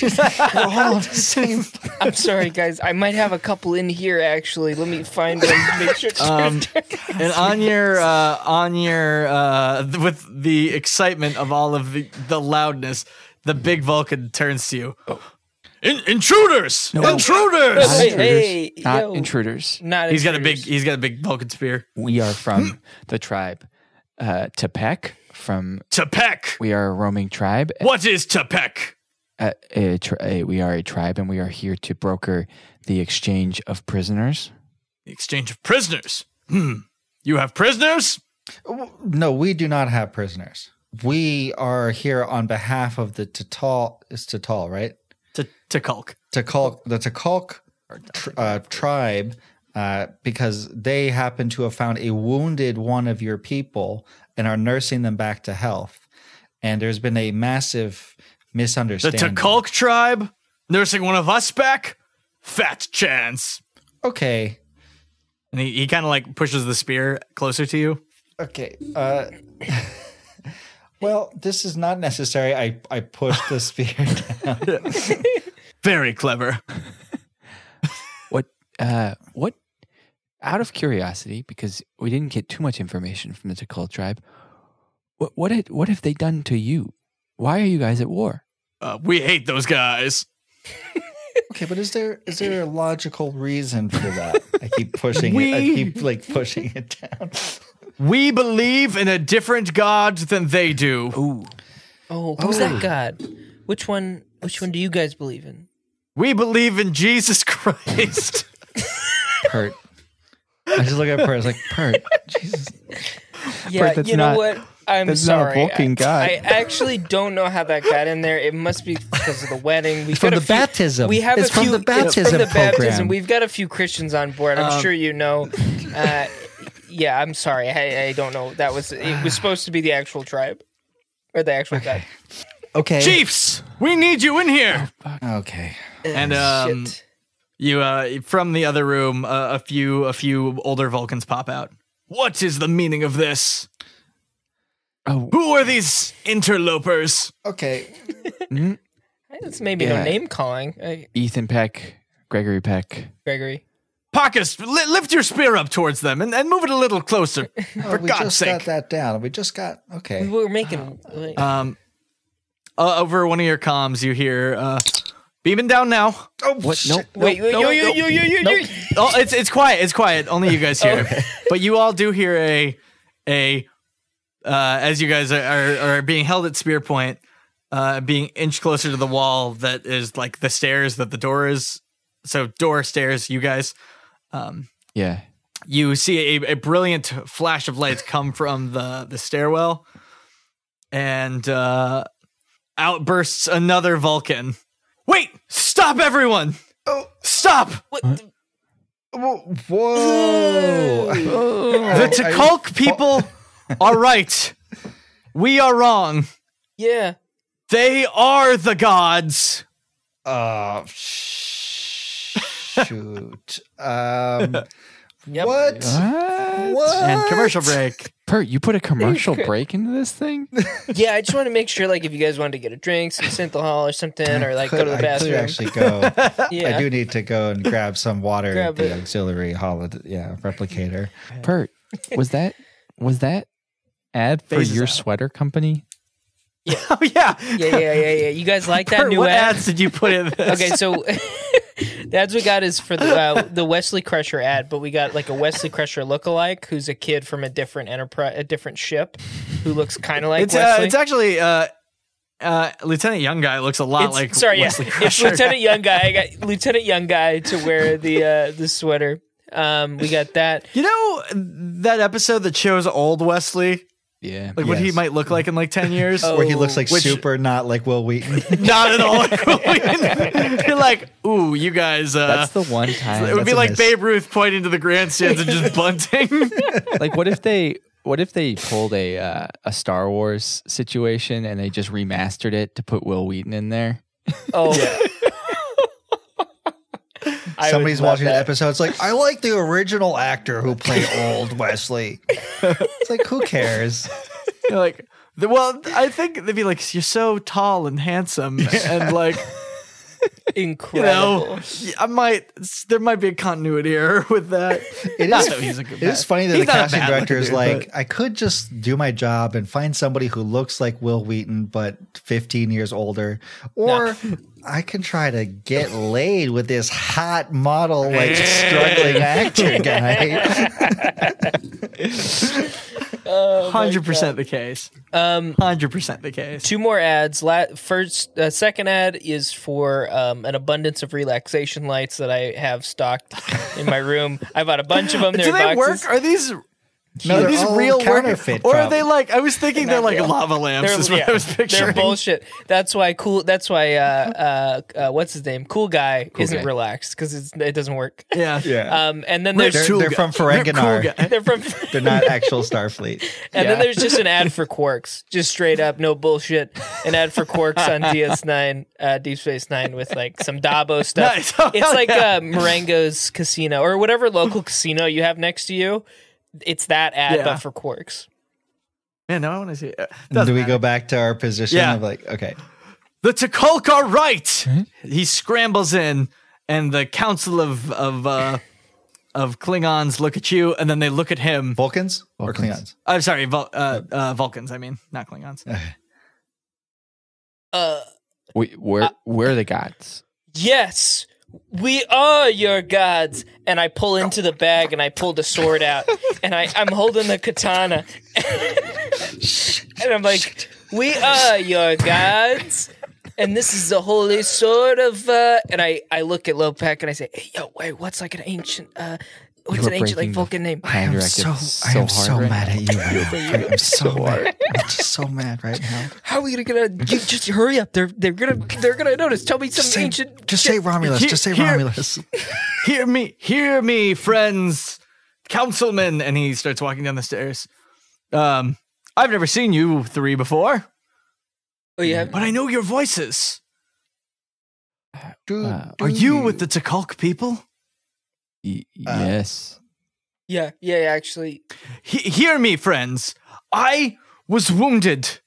S10: We're all on the same.
S5: I'm sorry, guys. I might have a couple in here actually. Let me find one. to Make sure.
S3: Um, <laughs> and on your uh, on your uh, th- with the excitement of all of the, the loudness, the big Vulcan turns to you. Oh. In- intruders! Intruders!
S5: Hey, hey,
S2: Not
S5: yo.
S2: intruders.
S5: Not
S3: He's got a big
S5: intruders.
S3: he's got a big Vulcan spear.
S2: We are from the tribe uh, Tepec. From
S3: Tepec.
S2: we are a roaming tribe.
S3: What is Tepec?
S2: Uh, a tri- a- we are a tribe, and we are here to broker the exchange of prisoners.
S3: The exchange of prisoners. Hmm. You have prisoners?
S4: No, we do not have prisoners. We are here on behalf of the Tatal. It's Tatal, right?
S3: To to Kulk.
S4: Takalk, the Takalk tr- uh, tribe, uh, because they happen to have found a wounded one of your people and are nursing them back to health. And there's been a massive
S3: The
S4: misunderstanding.
S3: Takulk tribe? Nursing one of us back? Fat chance.
S4: Okay.
S3: And he, he kind of like pushes the spear closer to you.
S4: Okay. Uh, <laughs> well, this is not necessary. I, I pushed the spear <laughs> down.
S3: Very clever.
S2: What? Uh, what? Out of curiosity, because we didn't get too much information from the Tikal tribe. What? What? Had, what have they done to you? Why are you guys at war?
S3: Uh, we hate those guys.
S4: Okay, but is there is there a logical reason for that? I keep pushing it. I
S3: We-
S4: keep like pushing it down.
S3: We believe in a different god than they do.
S2: Ooh,
S5: Oh, who's that god? Which one? Which one do you guys believe in?
S3: We believe in Jesus <laughs> Christ.
S4: Pert. I just look at Pert. I was like, Pert, Jesus.
S5: Yeah,
S2: that's
S5: you know
S2: not-
S5: what? I'm
S2: that's not a
S5: sorry.
S2: Vulcan
S5: I,
S2: god.
S5: I actually don't know how that got in there. It must be because of the wedding. We've
S4: from
S5: got a
S4: the
S5: few-
S4: baptism.
S5: We have
S4: It's
S5: a
S4: from
S5: few,
S4: the
S5: It's from
S4: baptism
S5: the baptism.
S4: program.
S5: We've got a few Christians on board. I'm sure you know. Uh, yeah, I'm sorry. I, I don't know. That was it. Was supposed to be the actual tribe or the actual god.
S10: Okay.
S3: Chiefs, we need you in here.
S4: Okay.
S3: And um,
S5: Shit.
S3: you uh, from the other room, uh, a few a few older Vulcans pop out. What is the meaning of this?
S2: Oh.
S3: Who are these interlopers?
S10: Okay.
S5: It's maybe
S2: yeah.
S5: no name calling. Uh,
S2: Ethan Peck, Gregory Peck.
S5: Gregory.
S3: Pacus, li- lift your spear up towards them and, and move it a little closer.
S10: <laughs> Oh,
S3: For
S10: we
S3: God's
S10: just got
S3: sake.
S10: that down. We just got.
S5: We
S4: Uh,
S10: Okay.
S5: were making. like,
S3: Um, uh, over one of your comms, you hear uh, beaming down now.
S10: Oh, what?
S2: No,
S5: wait, wait, yo, yo, yo, yo, yo, yo.
S3: Oh, it's it's quiet. It's quiet. Only you guys hear. it. But you all do hear a a uh, as you guys are, are are being held at spear point, uh, being inched closer to the wall that is like the stairs that the door is. So door stairs. You guys,
S2: Yeah.
S3: you see a, a brilliant flash of lights come from the the stairwell, and uh, out bursts another Vulcan. Wait! Stop, everyone! Oh, stop!
S4: Whoa.
S3: The Takulk people are right. We are wrong.
S5: Yeah.
S3: They are the gods.
S4: Oh, shoot. Um,
S5: Yep.
S4: What? What?
S3: And commercial break.
S2: Pert, you put a commercial break into this thing?
S3: <laughs>
S5: Yeah, I just want to make sure, like, if you guys wanted to get a drink, some synthol or something, or like go
S4: Could-
S5: to
S4: <laughs>
S5: the
S4: I
S5: bathroom.
S4: could actually go.
S5: yeah.
S4: I do need to go and grab some water
S5: Grab
S4: at the
S5: it.
S4: auxiliary holiday, yeah, replicator.
S2: Pert, was that was that ad for
S3: Phases
S2: your
S3: out.
S2: sweater company?
S3: <laughs> Oh yeah.
S5: yeah, yeah, yeah, yeah. You guys like
S4: <laughs>
S5: that
S3: Kurt,
S5: new
S3: what
S5: ad?
S3: ads did you put in this?
S5: <laughs> Okay, so that's what got us for the uh, the Wesley Crusher ad, but we got like a Wesley Crusher lookalike who's a kid from a different enterprise, a different ship, who looks kind of like
S3: It's uh,
S5: Wesley.
S3: it's actually uh, uh, Lieutenant Young Guy looks a lot
S5: It's-
S3: like
S5: sorry,
S3: Wesley
S5: yeah. It's
S3: Crusher.
S5: Lieutenant Young Guy. I
S3: <laughs>
S5: got Lieutenant Young Guy to wear the uh, the sweater. Um, we got that.
S3: You know that episode that shows old Wesley,
S2: Yeah.
S3: like what he
S4: Yes.
S3: might look like in like ten years?
S5: Oh.
S4: Where he looks like
S3: Which-
S4: super, not like Will Wheaton.
S3: <laughs> Not at all. <laughs> You're like, ooh, you guys. Uh,
S2: That's the
S3: <laughs>
S2: one
S3: it would
S2: time.
S4: that's
S3: be
S4: a
S3: like
S4: miss.
S3: Babe Ruth pointing to the grandstands and
S4: <laughs>
S3: just bunting. <laughs>
S2: like what if they what if they pulled a uh, a Star Wars situation and they just remastered it to put Will Wheaton in there?
S5: Oh, <laughs> I
S4: Somebody's
S5: would love
S4: watching an
S5: that.
S4: episode. It's like I like the original actor who played old Wesley. It's like who cares?
S3: You're like, the- well, I think they'd be like, you're so tall and handsome, and
S4: <laughs>
S3: like, you
S5: Incredible.
S3: know, I might there might be a continuity error with that.
S4: It
S3: <laughs> Not
S4: is,
S3: that he's a good
S4: it is
S3: bad-
S4: funny that
S3: he's
S4: the
S3: not a
S4: casting
S3: bad
S4: director
S3: looking
S4: is
S3: dude,
S4: like,
S3: but-
S4: I could just do my job and find somebody who looks like Will Wheaton but 15 years older, or I can try to get laid with this hot
S3: <laughs>
S4: model, like struggling actor guy.
S3: hundred percent the case. Um, hundred percent the case.
S5: Two more ads. La- first, uh, second ad is for um, an abundance of relaxation lights that I have stocked in my room. I bought a bunch of them.
S3: Do
S5: They're
S3: they
S5: boxes.
S3: work? Are these?
S4: No,
S3: are
S4: they're
S3: these
S4: all
S3: real work-
S4: counterfeit,
S3: or are they
S4: probably.
S3: like? I was thinking they're like
S5: real.
S3: lava lamps. is what
S5: yeah,
S3: I was picturing.
S5: They're bullshit. That's why cool. That's why uh, uh, uh, what's his name? Cool guy isn't
S2: guy.
S5: relaxed because it doesn't work.
S3: Yeah, yeah.
S5: Um, and then
S3: Rip
S5: there's
S4: They're,
S3: Cool
S4: they're
S3: guy.
S4: from
S3: Cool
S4: Ferenginar.
S3: guy.
S5: <laughs> they're from.
S4: they're not actual Starfleet.
S5: And then
S2: Yeah.
S5: there's just an ad for Quarks, just straight up, no bullshit. An ad for Quarks on
S3: <laughs>
S5: DS9, uh, Deep Space Nine, with like some Dabo stuff.
S3: Nice. Oh,
S5: it's
S3: hell
S5: like
S3: yeah.
S5: uh, Marengo's casino or
S3: <laughs>
S5: whatever local casino you have next to you. It's that ad,
S3: Yeah.
S5: but for Quarks.
S3: <laughs> Man, now I want to see. It.
S4: Do we go back to our position
S3: Yeah.
S4: of like, okay,
S3: The Takulk are right. He scrambles in, and the council of of uh, of Klingons look at you, and then they look at him.
S4: Vulcans, or
S2: Vulcans.
S4: Klingons?
S3: I'm sorry, Vul- uh, uh, Vulcans. I mean, not <laughs> Klingons.
S5: Uh,
S2: We, we're, we're the gods.
S5: yes, we are your gods. And I pull into the bag and I pull the sword out and I, I'm holding the katana. and I'm like, we are your gods. And this is the holy sword of. Uh, and I, I look at Lopek and I say, hey, yo, wait, what's like an ancient. Uh, What's
S2: You
S5: an
S2: are
S5: ancient
S2: breaking
S5: like
S2: the
S5: Vulcan name?
S4: I am
S2: Directed
S4: so, I am
S2: hard
S4: so
S2: right
S4: mad
S2: now.
S4: at you right now. I am so mad. I'm just so mad right
S3: <laughs>
S4: now.
S5: How are we gonna? You just hurry up! They're they're gonna they're gonna notice. Tell me some
S4: Just say,
S5: ancient.
S4: just say Romulus.
S3: Here-
S4: Just say
S3: here-
S4: Romulus.
S3: hear me, hear me, friends, councilmen. And he starts walking down the stairs. Um, I've never seen you three before,
S5: Oh, you have
S3: but I know your voices.
S4: Do-
S2: Wow.
S4: do
S3: Are you with the Takalk people?
S2: Y- yes.
S5: Yeah, yeah, actually.
S3: He- hear me, friends. I was wounded.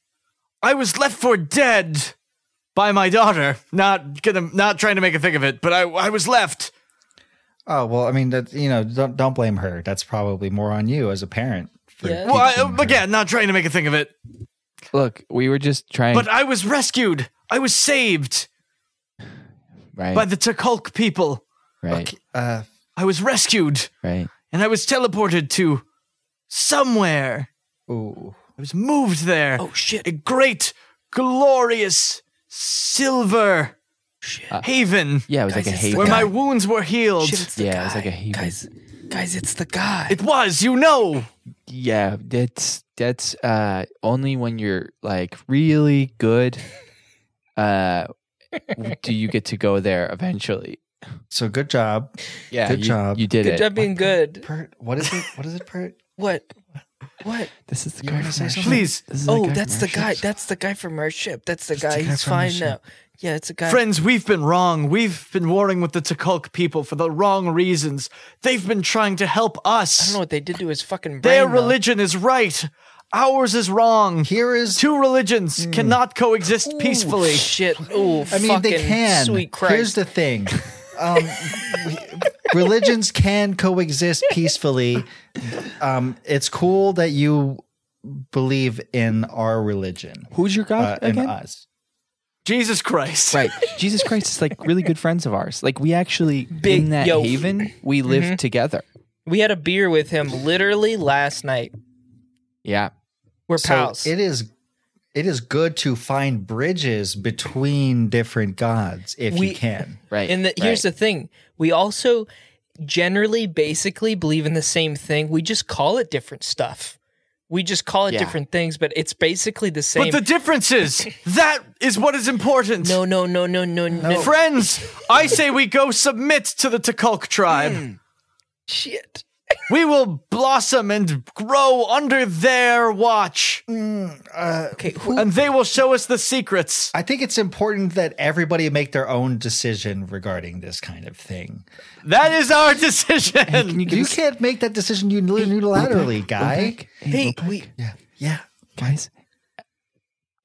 S3: I was left for dead by my daughter. Not gonna, not trying to make a thing of it, but I, I was left.
S4: Oh well, I mean, that, you know, don't don't blame her. That's probably more on you as a parent. for
S5: Yeah.
S3: Well,
S4: teaching
S3: I,
S4: her.
S3: again, not trying to make a thing of it,
S2: Look, we were just trying.
S3: but I was rescued. I was saved
S2: right.
S3: by the Takalk people.
S2: right.
S4: Uh,
S3: I was rescued.
S2: Right.
S3: and I was teleported to somewhere.
S4: ooh.
S3: I was moved there.
S5: Oh shit!
S3: A great, glorious silver haven
S2: Yeah, it was
S5: Guys,
S2: like a
S5: it's the
S2: hate.
S3: where
S5: guy.
S3: my wounds were healed.
S5: Shit, it's the
S2: Yeah, it's
S5: guy.
S2: like a heathen.
S5: guys, guys, it's the guy.
S3: It was, you know.
S2: Yeah, that's that's uh only when you're like really good uh do you get to go there eventually.
S4: So good job,
S2: Yeah,
S4: Good
S2: you,
S4: job.
S2: You did
S5: Good
S2: it.
S5: job being good.
S4: Pert. What is it? What is it, <laughs> Pert?
S5: What? What?
S2: This is the
S4: You
S2: guy
S4: wanna
S2: from
S4: say
S2: our ship.
S4: something?
S3: Please,
S2: This is
S5: Oh,
S2: guy
S5: that's
S2: from
S5: the
S2: our
S5: guy.
S2: ships.
S5: That's the guy from our ship. That's the
S4: the
S5: guy.
S4: guy
S5: He's
S4: from our
S5: fine now.
S4: ship.
S5: Yeah, it's a guy.
S3: friends, we've been wrong. We've been warring with the Takulk people for the wrong reasons. They've been trying to help
S5: I
S3: us.
S5: don't know what they did to his fucking brain.
S3: Their
S5: though.
S3: religion is right. Ours is wrong.
S4: Here is.
S3: Two religions
S5: Hmm.
S3: cannot coexist peacefully.
S5: Shit. Oh,
S4: I mean, they can.
S5: Sweet Christ.
S4: Here's the thing. Um, <laughs> religions can coexist peacefully. Um, it's cool that you believe in our religion
S2: Who's your
S4: uh,
S2: god
S4: and
S2: again?
S4: us.
S3: Jesus Christ.
S2: Right. Jesus Christ is like really good friends of ours. Like we actually
S5: Big-
S2: in that
S5: yo.
S2: haven, we lived together.
S5: we had a beer with him literally last night.
S2: Yeah.
S5: We're
S4: So
S5: pals.
S4: it is it is good to find bridges between different gods if
S5: We- Uh,
S4: you can.
S2: Right.
S5: And the, here's the
S2: right.
S5: thing: we also generally, basically believe in the same thing. We just call it different stuff. We just call it
S2: Yeah.
S5: different things, but it's basically the same.
S3: But the difference
S5: <laughs>
S3: is that is what is important.
S5: no, no, no, no, no, no.
S3: Friends, I say we go submit to the Takulk tribe.
S5: Hmm. Shit.
S3: We will blossom and grow under their watch. village.
S4: okay,
S3: And they will show us the secrets.
S4: Uh, I think it's important that everybody make their own decision regarding this kind of thing.
S3: That is our decision.
S4: You, can't make that decision unilaterally, unilaterally guy.
S2: Hey,
S4: we, yeah, yeah.
S2: guys.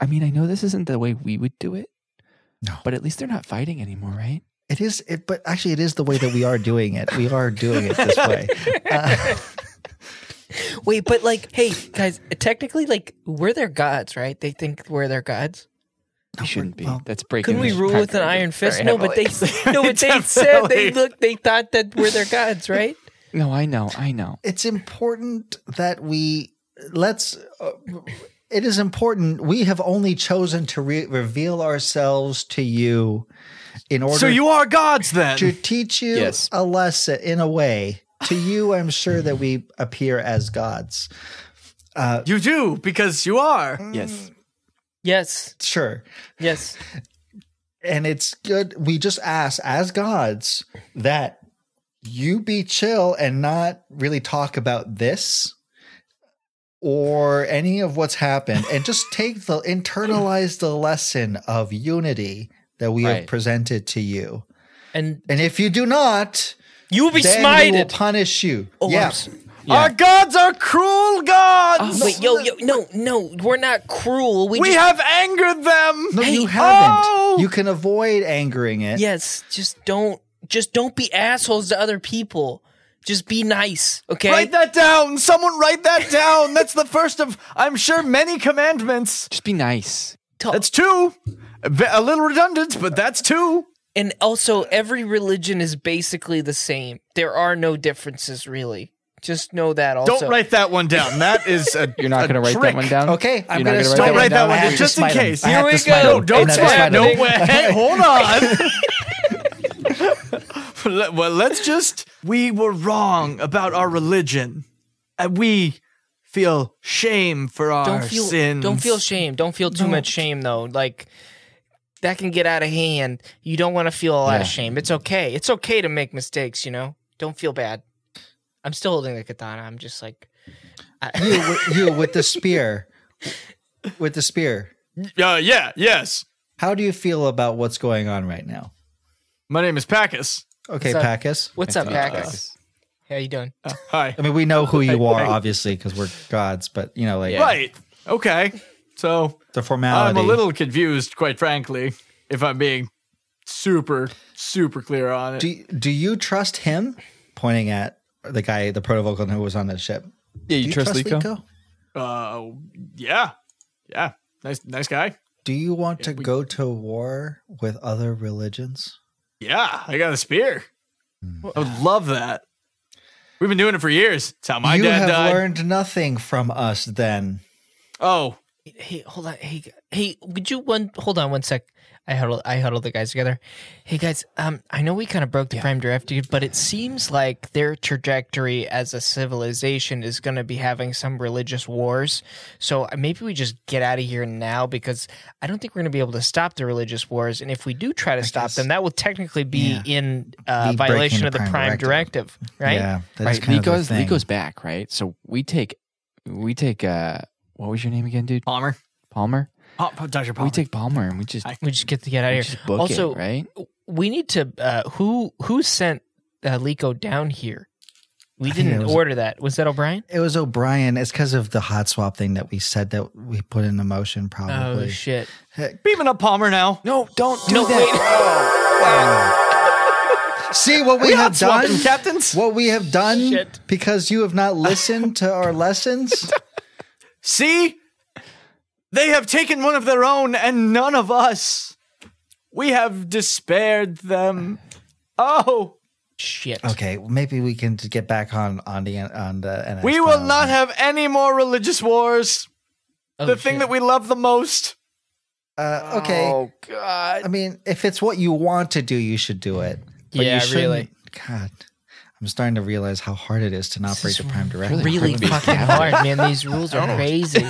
S2: I mean, I know this isn't the way we would do it.
S4: No.
S2: But at least they're not fighting anymore, right?
S4: It is, it, but actually, it is the way that we are doing it. We are doing it
S3: <laughs>
S4: this way. Uh,
S5: Wait, but like, hey guys, technically, like, we're their gods, right? They think we're their gods.
S2: we shouldn't be.
S4: well,
S2: That's breaking.
S5: Couldn't we
S2: this
S5: rule with an
S2: pact
S5: iron fist?
S2: very
S5: No, but they
S2: heavily.
S5: no, but they said they
S3: Definitely.
S5: look, they thought that we're their gods, right?
S2: No, I know, I know.
S4: it's important that we let's uh, it is important we have only chosen to re- reveal ourselves to you in order
S3: So you are gods then.
S4: to teach you
S2: Yes.
S4: a lesson in a way to you i'm sure that we appear as gods
S3: You do because you are.
S2: Yes.
S5: Yes,
S4: sure
S5: yes.
S4: and it's good we just ask as gods that you be chill and not really talk about this or any of what's happened and just
S5: <laughs>
S4: take the internalize the lesson of unity that we have
S2: Right.
S4: presented to you
S5: And
S4: and if you do not
S5: you will be
S4: then we will
S5: smited.
S4: punish you
S5: Oh, I'm
S4: yeah
S5: s-
S3: Our gods are cruel gods.
S5: Wait, yo, yo, no, no, we're not cruel. We,
S3: we
S5: Oh, just,
S3: have angered them.
S4: no you
S5: Hey, ah!
S4: haven't
S3: oh!
S4: you can avoid angering it
S5: yes, just don't, just don't be assholes to other people. Just be nice, okay?
S3: Write that down. Someone write that down. That's the first of, I'm sure, many commandments.
S2: Just be nice.
S3: That's two. A bit- a little redundant, but that's two.
S5: and also, every religion is basically the same. There are no differences, really. Just know that. Also,
S3: Don't write that one down. That is a.
S2: You're not going to
S3: a
S2: write
S3: trick.
S2: that one down.
S4: okay i'm
S2: You're
S4: gonna
S2: not
S4: start
S3: Don't write that
S4: down.
S3: one
S4: I
S3: down,
S4: have to
S3: just in
S4: smite 'em.
S3: case.
S4: I
S5: Here
S4: have
S5: we
S4: to smite
S5: go.
S4: 'em. And
S5: Don't
S4: I have to
S5: sweat.
S4: smite 'em.
S3: No
S4: <laughs>
S3: way. Hold
S4: <laughs>
S3: on. Let- well, let's just. We were wrong about our religion. And we feel shame for our
S5: don't feel
S3: sins.
S5: don't feel shame. Don't feel too much shame though. Like that can get out of hand. You don't want to feel a lot
S2: Yeah.
S5: of shame. It's okay. It's okay to make mistakes, you know? Don't feel bad. I'm still holding the katana. I'm just like
S4: you, wi- you with the spear, with the spear.
S3: Uh, yeah, yes.
S4: How do you feel about what's going on right now?
S3: My name is Pacus.
S4: Okay,
S5: So-
S4: Pacus.
S5: What's up, Pacus? How you doing?
S3: Hi.
S4: I mean, we know who you are, obviously, because we're gods. But you know, like
S3: Right. Okay. So
S4: the
S3: I'm
S4: formality.
S3: a little confused, quite frankly, if I'm being super, super clear on it.
S4: Do do you trust him? Pointing at the guy, the protovulcan who was on the ship.
S2: Yeah,
S4: Do
S2: you, trust, Lico?
S3: Uh, yeah. Yeah. Nice, nice guy.
S4: Do you want to go to war with other religions?
S3: Yeah. I got a spear.
S2: Mm.
S3: I would love that. We've been doing it for years. It's how my
S4: you
S3: dad
S4: have
S3: died.
S4: learned nothing from us. Then
S3: oh,
S5: Hey, hold on. Hey g- hey, would you one hold on one sec. I huddle I huddle the guys together. Hey guys, um I know we kind of broke the prime directive, but it seems like their trajectory as a civilization is going to be having some religious wars. So uh, maybe we just get out of here now because I don't think we're going to be able to stop the religious wars and if we do try to stop them, that will technically be in uh,
S4: Be breaking
S5: violation
S4: the
S5: of the
S4: prime
S5: prime, directive. right?
S4: yeah, that's
S2: Right.
S4: kind
S2: Lico's
S4: of the thing.
S2: Lico's back, right? So we take, we take. uh What was your name again, dude?
S3: Palmer.
S2: Palmer.
S3: Pa- Pa- Oh, Dr. Palmer.
S2: We take Palmer and we just,
S3: I-
S5: We just get to get out
S2: we
S5: of here.
S2: just book
S5: also,
S2: it, right?
S5: we need to uh who who sent uh, Lico down here we
S4: I think
S5: didn't
S4: that was-
S5: order that was that o'brien
S4: It was O'Brien. It's because of the hot swap thing that we said that we put into motion. Probably.
S5: oh shit
S3: beaming up Palmer now.
S2: No, don't do
S5: no wait
S4: <laughs> See what we,
S3: We hot
S4: have done,
S3: swapping captains.
S4: What we have done
S5: Shit.
S4: because you have not listened to our lessons.
S3: <laughs> See? They have taken one of their own and none of us. We have despaired them. Oh,
S5: shit
S4: Okay, well, maybe we can t- get back on on the on the. NS
S3: we will
S4: dialogue.
S3: not have any more religious wars.
S5: Oh,
S3: the thing
S5: shit.
S3: that we love the most.
S4: Uh, okay,
S2: Oh God.
S4: I mean, if it's what you want to do, you should do it. But
S5: Yeah,
S4: you shouldn't-
S5: really.
S4: God, I'm starting to realize how hard it is to not break the prime directive.
S5: really fucking hard man these rules are crazy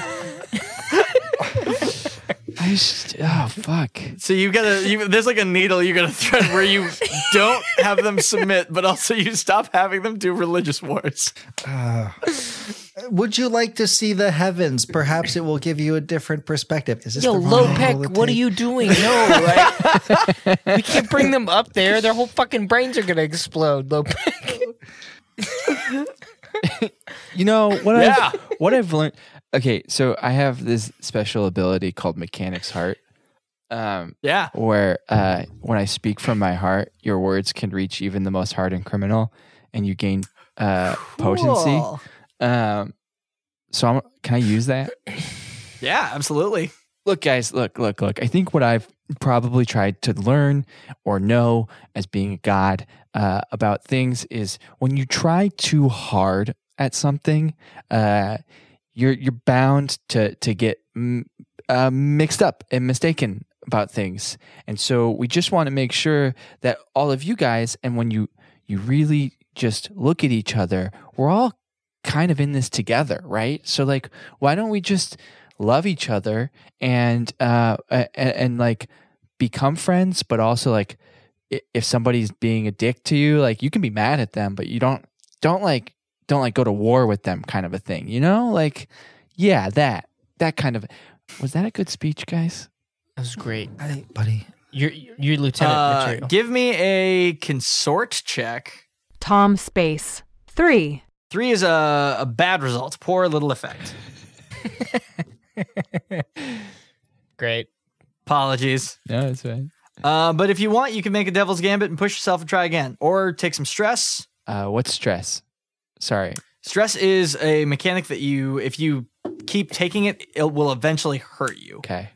S2: I just, oh fuck.
S3: So you gotta, you, there's like a needle you gotta thread where you don't have them submit, but also you stop having them do religious wars.
S4: would you like to see the heavens? Perhaps it will give you a different perspective. Is this
S5: Yo,
S4: the wrong angle to
S5: Lopek, what are
S4: take?
S5: you doing? No, right? <laughs> we can't bring them up there. Their whole fucking brains are gonna explode, Lopek.
S2: You know what?
S3: Yeah.
S2: I've, <laughs> what I've learned. Okay, so I have this special ability called Mechanic's Heart, um,
S3: Yeah.
S2: where uh, when I speak from my heart, your words can reach even the most hardened criminal, and you gain uh, potency.
S10: Cool.
S2: Um, so I'm, can I use that?
S3: Yeah, absolutely.
S2: Look, guys, look, look, look. I think what I've probably tried to learn or know as being a god uh, about things is when you try too hard at something, uh, you're you're bound to to get mm, uh, mixed up and mistaken about things. And so we just want to make sure that all of you guys, and when you you really just look at each other, we're all kind of in this together, right? So like, why don't we just love each other and uh and, and like become friends, but also like i- if somebody's being a dick to you, like you can be mad at them, but you don't don't like don't like go to war with them, kind of a thing, you know? Like, yeah, that that kind of was that a good speech, guys?
S5: That was great.
S4: buddy?
S5: You're you're lieutenant
S3: Uh,
S5: material.
S3: give me a consort check.
S6: Tom Space. 3.
S3: Three is a, a bad result. Poor little effect.
S5: great.
S3: Apologies.
S2: No, that's right.
S3: Uh, but if you want, you can make a devil's gambit and push yourself and try again, or take some stress.
S2: Uh, what's stress? Sorry.
S3: Stress is a mechanic that you, if you keep taking it, it will eventually hurt you.
S2: Okay.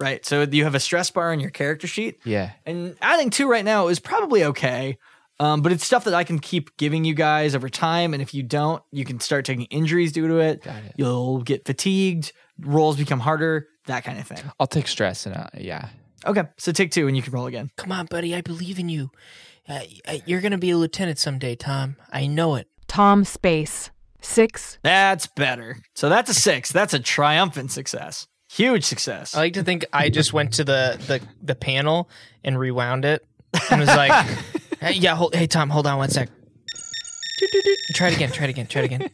S3: Right. So you have a stress bar in your character sheet,
S2: Yeah.
S3: and adding two right now is probably okay. Um, but it's stuff that I can keep giving you guys over time, and if you don't, you can start taking injuries due to it.
S2: Got it.
S3: You'll get fatigued. Rolls become harder. That kind of thing.
S2: I'll take stress and uh, yeah.
S3: Okay, so take two, and you can roll again.
S5: Come on, buddy. I believe in you. Uh, y- you're gonna be a lieutenant someday, Tom. I know it.
S6: Tom Space. 6.
S3: That's better. So that's a six. That's a triumphant success. Huge success.
S5: I
S2: Uh,
S5: like to think I just went to the the, the panel and rewound it and
S4: <laughs>
S5: was like, hey, "Yeah, hold, hey Tom, hold on one sec. Try it again. Try it again. Try it again."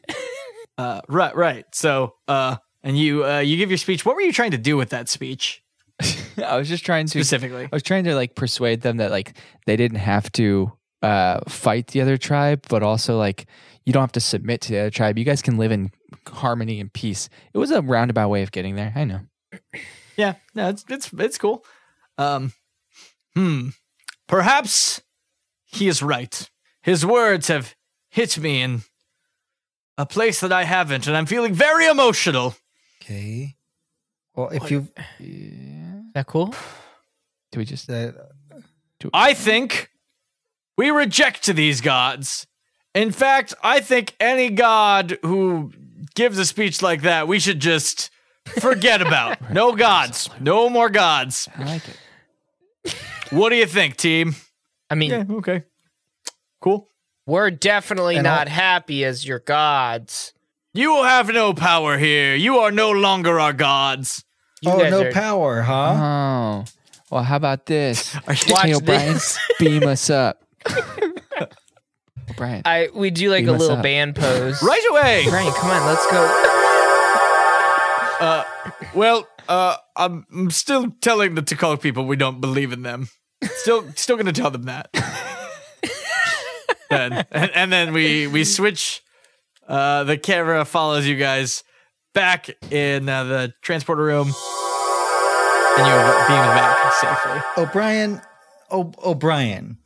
S3: Uh, right, right. So, uh, and you, uh, you give your speech. What were you trying to do with that speech
S2: <laughs> I was just trying to
S3: specifically?
S2: I was trying to like persuade them that like they didn't have to uh fight the other tribe, but also like you don't have to submit to the other tribe. You guys can live in harmony and peace. It was a roundabout way of getting there. I know.
S3: Yeah, no, it's it's it's cool. Um, hmm. Perhaps he is right. His words have hit me in a place that I haven't, and I'm feeling very emotional.
S4: Okay. Well, if uh, you
S5: Is that cool?
S2: Do we just
S4: uh,
S3: I think we reject these gods. In fact, I think any god who gives a speech like that, we should just forget about. No gods. No more gods.
S2: I like it.
S3: What do you think, team?
S5: I mean,
S3: okay. Cool.
S5: we're definitely
S4: And
S5: not happy as your gods.
S3: You have no power here. You are no longer our gods.
S5: You
S4: oh,
S5: guys
S4: no
S5: are-
S4: power, huh?
S5: Uh-huh.
S2: Oh. Well, how about <laughs> this?
S5: Watch
S2: Hey, O'Brien,
S5: this. <laughs>
S2: <laughs> beam us <laughs> up. O'Brien.
S5: I we do like
S2: Beam
S5: a
S2: us
S5: little
S2: up.
S5: band pose.
S3: Right away.
S5: Brian, come on, let's go.
S3: Well, uh, I'm I'm still telling the Takal people we don't believe in them. Still, still going to tell them that. then, and, and then we we switch. Uh, the camera follows you guys back in uh, the transporter room, and you are being back safely.
S4: O'Brien, o- O'Brien,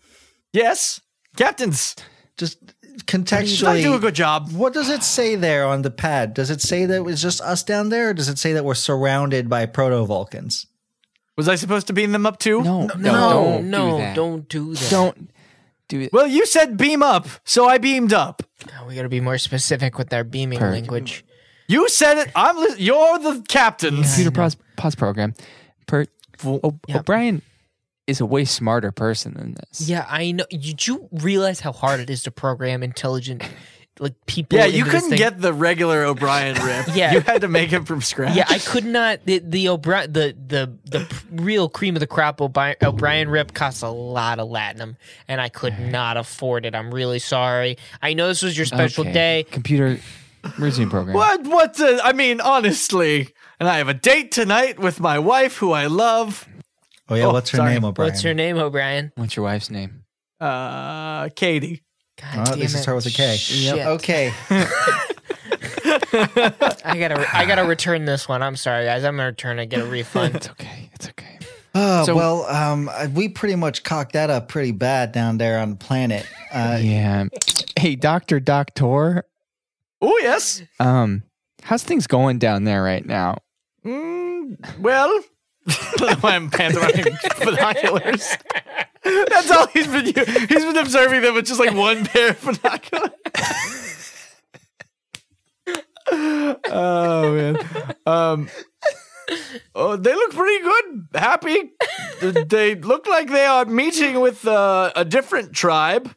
S3: Yes, captains,
S4: just
S3: try to do a
S4: contextually.
S3: good job.
S4: what does it say there on the pad? Does it say that it was just us down there, or does it say that we're surrounded by proto Vulcans?
S3: Was I supposed to beam them up too?
S2: no, no, don't do that.
S5: don't do that.
S2: don't do it.
S3: Well, you said beam up, so I beamed up.
S5: Oh, we got to be more specific with our beaming language.
S3: You said it. I'm. Li- you're the captains.
S2: computer pause, pause program. Per, o-
S5: yeah.
S2: O'Brien is a way smarter person than this.
S5: Yeah, I know. Did you realize how hard it is to program intelligent like people?
S3: Yeah, you
S5: into this
S3: couldn't
S5: thing?
S3: get the regular
S5: <laughs>
S3: O'Brien rip.
S5: Yeah.
S3: you had to make it from scratch.
S5: Yeah, I could not. The the O'Brien, the the the p- real cream of the crop O'Brien, O'Brien rip costs a lot of latinum, and I could not afford it. I'm really sorry. I know this was your special
S2: Okay.
S5: day.
S2: Computer, routine program.
S3: What? What? The, I mean, honestly, and I have a date tonight with my wife, who I love.
S4: Oh yeah, what's her
S3: sorry.
S4: name, O'Brien?
S5: What's her name, O'Brien?
S2: What's your wife's name?
S3: Uh, Katie.
S5: God
S4: Oh, at
S5: damn
S4: least it
S5: it.
S4: start with a K.
S5: Shit. Oh,
S4: Okay.
S5: I gotta, I gotta return this one. I'm sorry, guys. I'm gonna return it, get a refund.
S2: <laughs> It's okay. It's okay.
S4: Oh,
S2: So-
S4: well, um, I- we pretty much cocked that up pretty bad down there on the planet. Uh,
S5: <laughs>
S2: yeah. Hey, Doctor Doctor.
S3: Oh yes.
S2: Um, how's things going down there right now?
S3: Mm, well, <laughs> I'm pantomiming <laughs> binoculars. That's all he's been. u- He's been observing them with just like one pair of binoculars. <laughs> oh man. Um. Oh, they look pretty good. Happy. Th- They look like they are meeting with uh, a different tribe,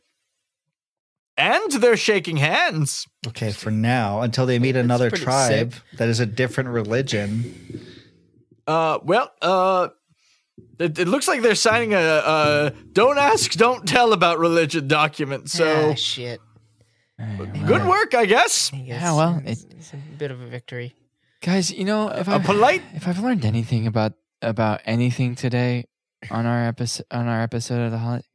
S3: and they're shaking hands.
S4: Okay, for now, until they meet another
S5: pretty
S4: tribe that is a different religion.
S3: Uh, well, uh, it, it looks like they're signing a, a "Don't ask, don't tell" about religion document. So
S5: Ah, shit.
S2: Uh,
S3: good work, I guess.
S5: I guess
S2: Yeah, well,
S5: it's,
S2: it-
S5: it's a bit of a victory.
S2: Guys, you know, if
S5: <laughs>
S3: A
S2: I
S3: polite.
S2: if I've learned anything about about anything today on our episode on our episode of the holiday,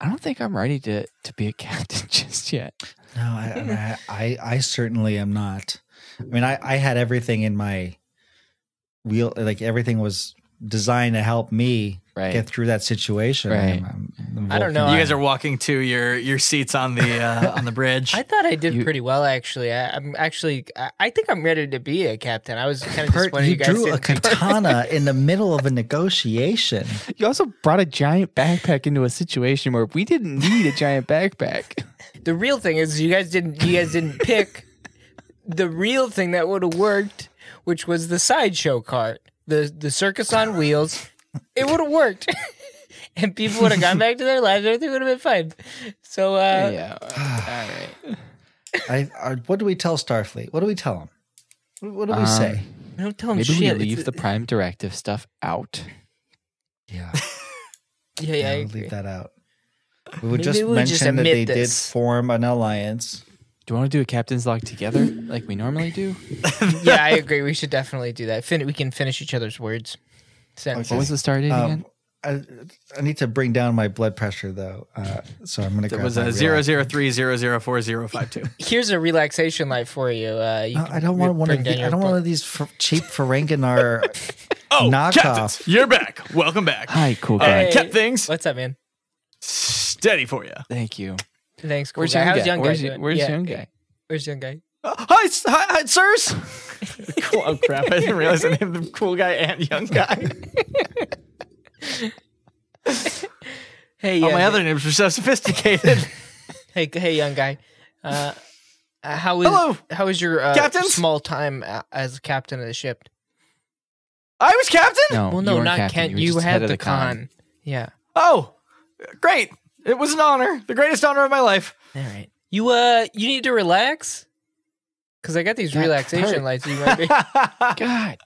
S2: I don't think I'm ready to to be a <laughs> captain just yet.
S4: No, I, I, I, I certainly am not. I mean, I, I had everything in my wheel, like everything was designed to help me
S2: Right.
S4: get through that situation.
S2: Right.
S4: I'm- I'm-
S5: I don't know.
S3: You
S5: I-
S3: guys are walking to your your seats on the uh, on the bridge.
S5: <laughs> I thought I did
S2: You-
S5: pretty well, actually. I, I'm actually, I, I think I'm ready to be a captain. I was kind of
S4: Bert,
S5: disappointed
S4: you
S5: you guys
S4: drew a
S5: didn't do perfect. <laughs>
S4: katana in the middle of a negotiation.
S2: You also brought a giant backpack into a situation where we didn't need a giant backpack.
S5: The real thing is, you guys didn't, you guys didn't pick the real thing that would have worked, which was the sideshow cart, the the circus on wheels. It would have worked, <laughs> and people would have gone back to their lives. Everything would have been fine. So, uh,
S2: <laughs> <sighs> yeah. All right.
S4: I, I, what do we tell Starfleet? What do we tell them? What, what do we
S2: Um,
S4: say?
S5: don't tell them
S2: Maybe we
S5: shit.
S2: leave
S5: It's-
S2: the prime directive stuff out.
S4: Yeah.
S5: <laughs> yeah, yeah, I
S4: I'll
S5: <laughs> agree.
S4: leave that out. We would
S5: Maybe
S4: just
S5: we'll
S4: mention
S5: just
S4: that they
S5: admit this.
S4: did form an alliance.
S2: Do you want to do a captain's log together like we normally do?
S5: yeah, I agree. We should definitely do that. Fin- we can finish each other's words. Sentences.
S2: What was the start date again?
S4: Um, I, I need to bring down my blood pressure though, uh, so I'm gonna.
S3: That
S4: grab
S3: was
S4: my
S3: a zero
S4: relax-
S3: zero three zero zero four zero five two.
S5: Here's a relaxation light for you. Uh, you
S4: No, Oh, I don't want one of the, I don't want one of these f- cheap Ferenginar
S3: <laughs> <laughs> Oh,
S4: knockoff.
S3: captains, you're back. Welcome back.
S2: Hi, cool
S3: Uh,
S2: guy.
S5: Hey.
S3: Kept things
S5: What's up, man?
S3: steady for you.
S2: Thank you.
S5: Thanks. Cool
S2: Where's
S5: guy.
S2: young
S5: How's
S2: guy?
S5: young guy?
S2: Where's,
S5: doing?
S2: where's
S5: Yeah.
S2: young guy?
S5: Where's young guy?
S3: Uh, hi, s- hi, hi,
S5: <laughs>
S3: sirs. cool. Oh crap! I didn't realize I named them cool guy and young guy.
S5: Hey,
S3: All
S5: yeah,
S3: my
S5: hey-
S3: other names were so
S5: <laughs>
S3: sophisticated.
S5: Oh, Hey, hey, young guy. Uh, uh, how is
S3: Hello,
S5: how is your uh,
S3: captains.
S5: small time uh, as captain of the ship?
S3: I was captain.
S2: No,
S5: well,
S2: you
S5: no,
S2: weren't
S5: not
S2: Oh, captain.
S5: Kent.
S2: were
S5: You,
S2: just head
S5: had
S2: of
S5: the, con. Yeah.
S3: Oh, great. It was an honor. The greatest honor of my life. <laughs>
S5: All right. You uh, you need to relax. Cause I got these
S2: That
S5: relaxation
S2: hurt.
S5: lights. You might be.
S2: God,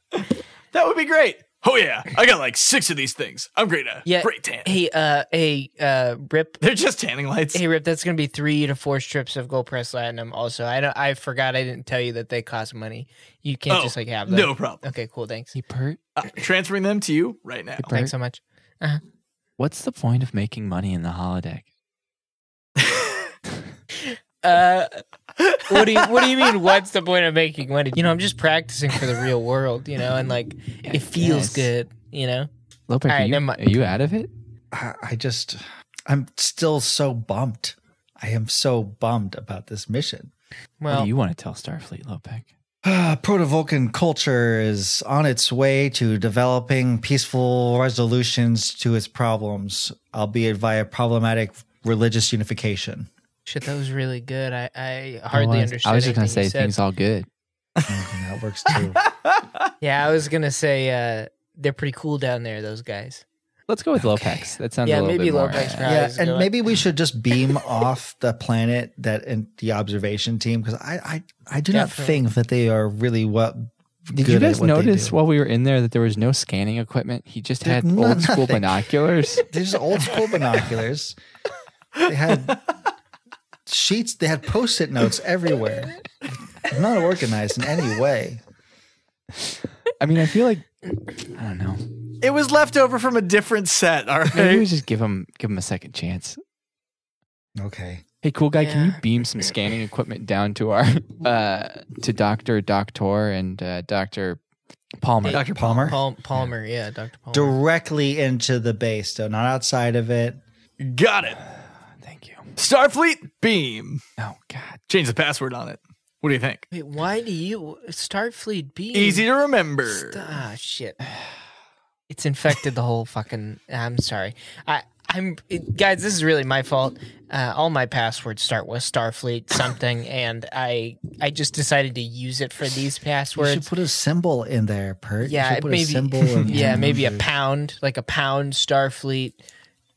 S3: That would be great. Oh, yeah. I got like six of these things. I'm great at
S5: Yeah.
S3: great tan.
S5: hey, uh, hey, uh, Rip.
S3: They're just tanning lights.
S5: Hey Rip, that's gonna be three to four strips of gold press platinum. Also, I don't, I forgot I didn't tell you that they cost money. You can't
S3: Oh,
S5: just like have them.
S3: no problem.
S5: Okay, cool. Thanks.
S2: hey Bert.
S3: Uh, transferring them to you right now.
S2: Bert,
S5: Thanks so much.
S2: what's the point of making money in the holodeck?
S5: Uh,
S2: <laughs>
S5: what do you What do you mean? What's the point of making money? You know, I'm just practicing for the real world. You know, and like it feels
S2: guess.
S5: good. You know.
S2: Lope,
S5: All right,
S2: are, you,
S5: never mind.
S2: are you out of it?
S4: I, I just, I'm still so bumped. I am so bummed about this mission.
S2: what
S5: Well,
S2: do you want to tell Starfleet, Lopec?
S4: <sighs> Proto Vulcan culture is on its way to developing peaceful resolutions to its problems, albeit via problematic religious unification.
S5: shit, that was really good. I I hardly
S2: I was,
S5: understood.
S2: I was just gonna
S5: anything
S2: say
S5: you said.
S2: things all good.
S4: And that <laughs> works too.
S5: Yeah, I was gonna say uh, they're pretty cool down there. Those guys.
S2: Let's go with Lopex. That sounds
S5: Yeah,
S2: a little
S5: maybe
S2: bit more.
S5: Lopex
S2: uh,
S5: probably
S4: yeah,
S5: is
S4: and
S5: going-
S4: maybe we should just beam off the planet that and the observation team because I, I I do not
S5: Definitely.
S4: think that they are really what.
S2: Did you guys notice while we were in there that there was no scanning equipment? He just
S4: There-
S2: had
S4: no-
S2: old school
S4: nothing.
S5: <laughs>
S2: binoculars.
S4: They're just old school binoculars. They had sheets. They had post-it notes everywhere. Not organized in any way.
S2: I mean, I feel like I don't know.
S3: It was left over from a different set. All
S2: Maybe we
S3: right.
S2: just give him give him a second chance.
S4: Okay.
S2: Hey, cool guy, can you
S5: Yeah.
S2: beam some scanning equipment down to our <laughs> uh to Doctor Doctor and uh, Doctor Palmer?
S4: Dr. Palmer?
S5: Paul, Palmer, yeah, Dr. Palmer.
S4: Directly into the base, though, not outside of it.
S3: Got it.
S2: Thank you.
S3: Starfleet beam.
S2: Oh God.
S3: Change the password on it. What do you think?
S5: Wait, why do you Starfleet be
S3: Easy to remember.
S5: St- ah, shit. <sighs> It's infected the whole fucking. I'm sorry. I I'm it, guys. This is really my fault. Uh, all my passwords start with Starfleet something, and I I just decided to use it for these
S4: You should
S5: passwords.
S4: put a symbol in there, Pert. You
S5: yeah,
S4: should put
S5: maybe.
S4: a
S5: <laughs>
S4: symbol. in
S5: yeah,
S4: there.
S5: maybe a pound, like a pound Starfleet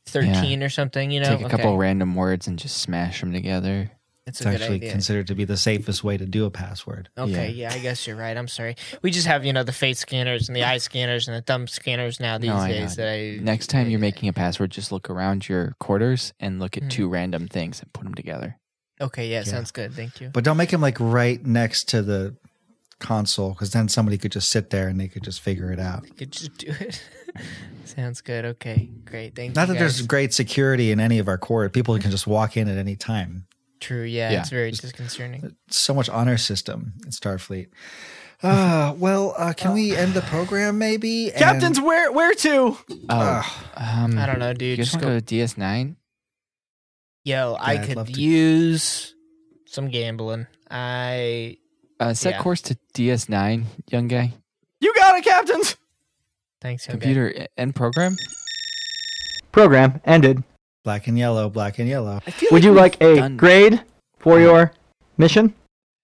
S5: thirteen or something. You know,
S2: Take a couple
S5: Okay.
S2: random words and just smash them together.
S5: That's
S4: It's
S5: a good
S4: actually
S5: idea.
S4: considered to be the safest way to do a password.
S5: Okay, yeah. I guess you're right. I'm sorry. We just have, you know, the face scanners and the eye scanners and the thumb scanners now these
S2: No, Oh, I
S5: days
S2: know.
S5: that I
S2: Next time you're making a password, just look around your quarters and look
S5: Hmm.
S2: at two random things and put them together.
S5: Okay, yeah, sounds good. Thank you.
S4: But don't make him like right next to the console because then somebody could just sit there and they could just figure it out.
S5: Could just do it. <laughs> sounds good. Okay. Great. Thank
S4: Not
S5: you.
S4: that there's
S5: guys.
S4: great security in any of our quarters. People can just walk in at any time.
S5: true, yeah,
S2: Yeah.
S5: it's very
S4: uh,
S5: disconcerting.
S4: So much honor system in Starfleet.
S5: <laughs>
S4: Uh, well, uh, can we end the program maybe? And-
S3: Captains, where where to?
S2: Oh, um,
S5: I don't know, dude.
S2: You guys
S5: Just
S2: want to
S5: go,
S2: go to DS9?
S5: yo, I
S4: Yeah, I'd love
S5: could
S4: to-
S5: use some gambling. I
S2: Uh, set
S5: Yeah.
S2: course to DS9, young guy.
S3: You got it, captains.
S5: thanks, young guy.
S2: Computer e- end program.
S11: Program ended.
S4: black and yellow, black and yellow.
S11: Would you like a
S2: done-
S11: grade for your mission?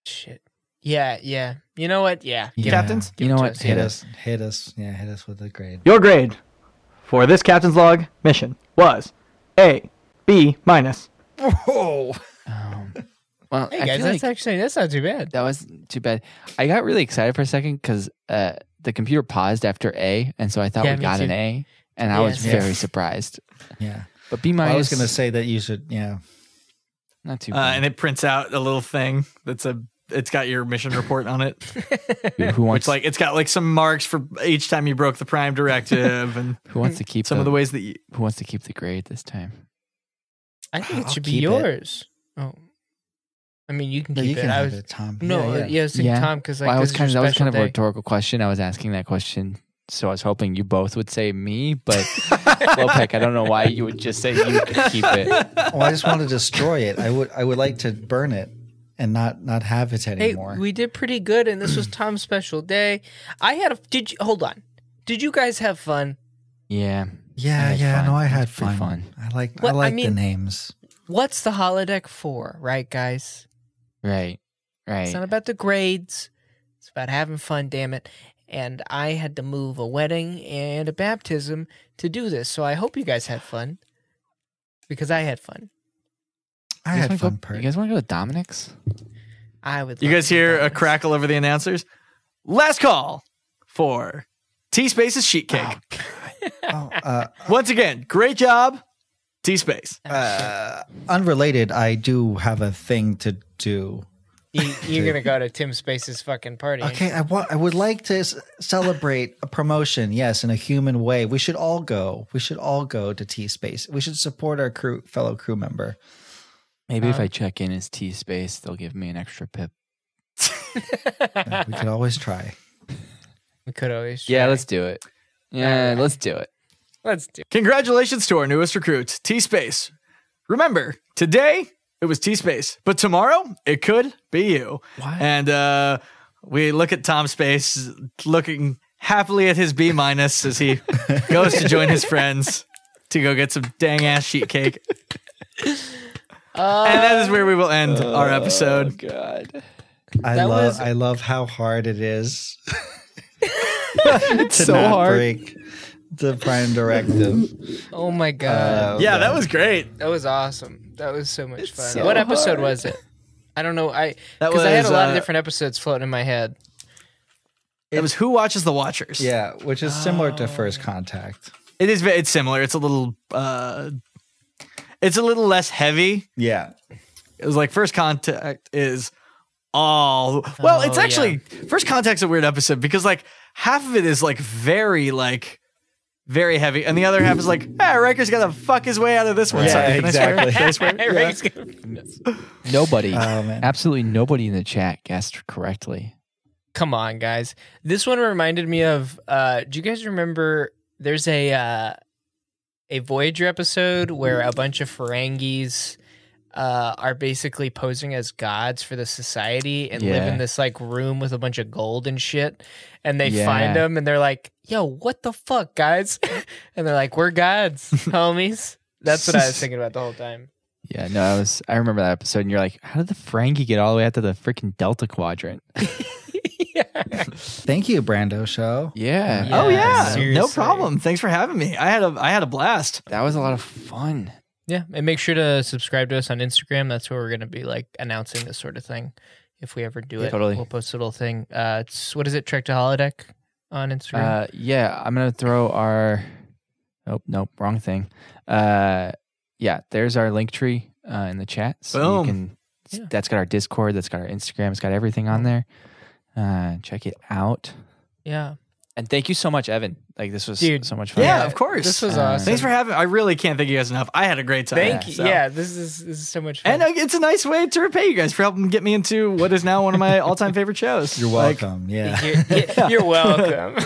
S5: Shit. Yeah, yeah. You know what? Yeah.
S2: Yeah.
S3: Captains?
S2: You know
S5: Give it
S2: what?
S5: to us.
S4: Hit us, hit us, yeah, hit us with a grade.
S11: Your grade for this captain's log mission was A, B minus.
S4: Whoa!
S2: Um, well,
S5: Hey
S2: I
S5: guys,
S2: feel
S5: that's
S2: like
S5: actually that's not too bad.
S2: that was too bad. I got really excited for a second because uh, the computer paused after A, and so I thought
S5: Yeah,
S2: we
S5: me
S2: got an
S5: too.
S2: A, and I was
S5: Yes.
S2: very surprised.
S4: Yeah,
S2: But B minus,
S4: Well, I was gonna say that you should. Yeah,
S2: not too
S3: Uh,
S2: bad.
S3: and it prints out a little thing that's a. It's got your mission report on it.
S2: Who- who wants
S3: Which like it's got like some marks for each time you broke the prime directive and
S2: who wants to keep
S3: some of the ways that you
S2: who wants to keep the grade this time?
S5: I think it
S4: I'll
S5: should be
S4: keep it.
S5: yours. Oh, I mean, you can
S4: no,
S5: keep
S4: you
S5: it.
S4: can
S5: I
S4: have
S5: was
S4: it, Tom.
S5: no,
S4: yeah,
S5: yeah,
S4: yeah.
S5: I was thinking Tom because like
S2: Well, I was
S5: this
S2: kind of
S5: is
S2: that
S5: your
S2: was kind of a
S5: special day.
S2: rhetorical question. I was asking that question, so I was hoping you both would say me, but Lopek, I don't know why you would just say you could keep it.
S4: Well, I just want to destroy it. I would, I would like to burn it and not, not have it
S5: Hey,
S4: anymore.
S5: we did pretty good, and this was Tom's special day. I had a did you hold on? Did you guys have fun?
S2: Yeah, I
S4: yeah,
S2: had
S4: yeah.
S2: fun.
S4: No, I
S2: It was
S4: had
S2: pretty
S4: fun.
S2: fun.
S4: I like,
S5: Well,
S4: I
S5: I
S4: like the
S5: mean-
S4: names.
S5: What's the holodeck for, right, guys?
S2: right,
S5: It's not
S2: right.
S5: about the grades. It's about having fun, damn it. And I had to move a wedding and a baptism to do this, so I hope you guys had fun because I had fun.
S4: I
S2: You guys
S4: had
S2: wanna go-
S4: fun. Pert.
S2: you guys want to go to Dominic's?
S5: I would.
S3: you
S5: love
S3: guys
S5: to be
S3: hear a
S5: honest.
S3: crackle over the announcers. Last call for T Space's sheet cake.
S4: Oh, uh,
S3: Once again, great job, T Space.
S4: uh, unrelated. I do have a thing to do.
S5: You, you're gonna go to Tim Space's fucking party. ain't
S4: Okay, I want. I would like to s- celebrate a promotion. Yes, in a human way. We should all go. We should all go to T Space. We should support our crew, fellow crew member.
S2: Maybe if I check in as T space, they'll give me an extra pip.
S4: Yeah, we could always try.
S5: We could always.
S2: Yeah,
S5: try.
S2: let's do it. Yeah, let's do it.
S5: let's do.
S3: Congratulations to our newest recruit, T Space. Remember, today it was T Space, but tomorrow it could be you.
S2: What?
S3: And uh, we look at Tom Space looking happily at his B minus as he goes to join his friends to go get some dang ass sheet cake. and that is where we will end our episode.
S2: God,
S4: I
S5: That
S4: love.
S5: was-
S4: I love how hard it is
S2: it's
S4: to
S2: so
S4: not
S2: hard.
S4: break the prime directive.
S5: Oh my god,
S4: Uh,
S3: Yeah, that was great.
S5: that was awesome. That was so much fun.
S2: so
S5: what episode
S2: hard.
S5: was it? I don't know. I
S3: That
S5: because I had a
S3: was,
S5: lot
S3: uh,
S5: of different episodes floating in my head.
S3: It was Who Watches the Watchers.
S4: Yeah, which is similar to First Contact.
S3: It is ve- it's similar. It's a little uh it's a little less heavy
S4: Yeah,
S3: It was like first contact is all. Well,
S5: Oh,
S3: it's
S5: yeah.
S3: actually first contact's a weird episode because like half of it is like very like very heavy, and the other half is like, ah, Riker's gotta fuck his way out of this one.
S2: Yeah,
S3: Sorry,
S2: exactly.
S3: <laughs> Can <laughs> I swear? Can I swear? Yeah.
S2: Nobody,
S4: Oh, man.
S2: absolutely nobody in the chat guessed correctly.
S5: Come on, guys. This one reminded me of. Uh, do you guys remember? There's a uh, a Voyager episode where a bunch of Ferengis uh, are basically posing as gods for the society and live
S2: Yeah.
S5: in this like room with a bunch of gold and shit. And they
S2: Yeah.
S5: find them and they're like, "Yo, what the fuck, guys?" <laughs> and they're like,
S2: <laughs>
S5: "We're gods, homies." That's what I was thinking about the whole time.
S2: Yeah, no, I was. I remember that episode, and you're like, "How did the Frankie get all the way out to the freaking Delta Quadrant?"
S4: Thank you, Brando Show.
S2: Yeah.
S3: Oh yeah, no
S5: seriously.
S3: problem. Thanks for having me. I had a I had a blast.
S2: That was a lot of fun.
S5: Yeah, and make sure to subscribe to us on Instagram. That's where we're going to be like announcing this sort of thing. If we ever do
S2: Yeah,
S5: it,
S2: totally.
S5: we'll post a little thing. Uh, it's what is it? Trek to holodeck on Instagram.
S2: Uh, yeah, I'm gonna throw our. Nope, nope, wrong thing. Uh, yeah, there's our link tree uh, in the chat. So
S3: Boom.
S2: you can.
S5: Yeah.
S2: That's got our Discord. That's got our Instagram. It's got everything on there. Uh, check it out.
S5: yeah,
S2: And thank you so much, Evan. Like this was
S5: Dude,
S2: so much fun.
S3: Yeah, of course.
S5: this was
S2: Uh,
S5: awesome.
S3: Thanks for having. I really can't thank you guys enough. I had a great time.
S5: Thank you.
S3: so.
S5: Yeah, this is this is so much fun.
S3: And uh, it's a nice way to repay you guys for helping get me into what is now one of my all-time favorite shows.
S4: You're
S3: Like,
S4: welcome.
S5: <laughs>
S4: yeah.
S5: you're, you're-
S3: <laughs>
S5: you're welcome.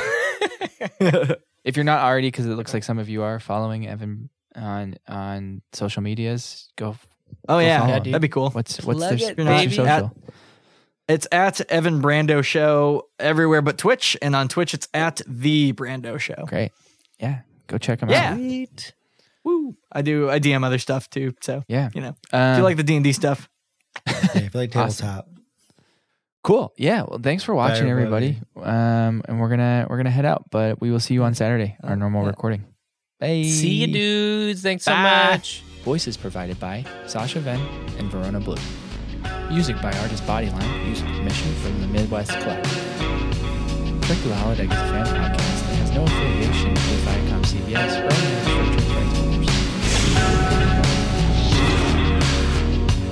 S2: If you're not already, because it looks like some of you are following Evan on on social medias, go.
S3: oh yeah,
S2: follow
S5: Yeah, him. dude.
S3: that'd be cool.
S2: What's what's
S5: Plug
S2: their,
S5: it,
S2: what's your
S5: baby.
S2: social?
S3: At- It's at Evan Brando Show everywhere but Twitch, and on Twitch it's at the Brando Show.
S2: Great. Yeah, go check them
S3: Yeah.
S2: out.
S5: Mm. Sweet.
S3: Woo! I do. I DM other stuff too. So
S2: Yeah.
S3: you know,
S2: Um,
S3: do you like the D and D stuff?
S4: yeah if you like
S2: Awesome.
S4: tabletop.
S2: Cool. Yeah. Well, thanks for watching, everybody. Um, and we're gonna we're gonna head out, but we will see you on Saturday, our normal recording. Bye.
S5: See you, dudes. Thanks so
S3: Bye.
S5: much.
S2: Voices provided by Sasha Venn and Verona Blue. Music by artist Bodyline. Use with permission from the Midwest Collective. Trick the Holodeck is a fan podcast that has no affiliation with Viacom CBS or any of the structured rights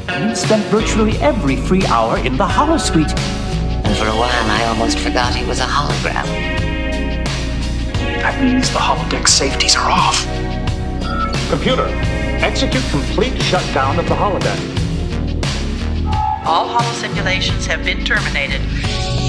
S2: holders.
S12: You've spent virtually every free hour in the holosuite.
S9: And for a while, I almost forgot he was a hologram.
S12: That means the holodeck safeties are off.
S8: Computer, execute complete shutdown of the holodeck.
S9: All holo simulations have been terminated.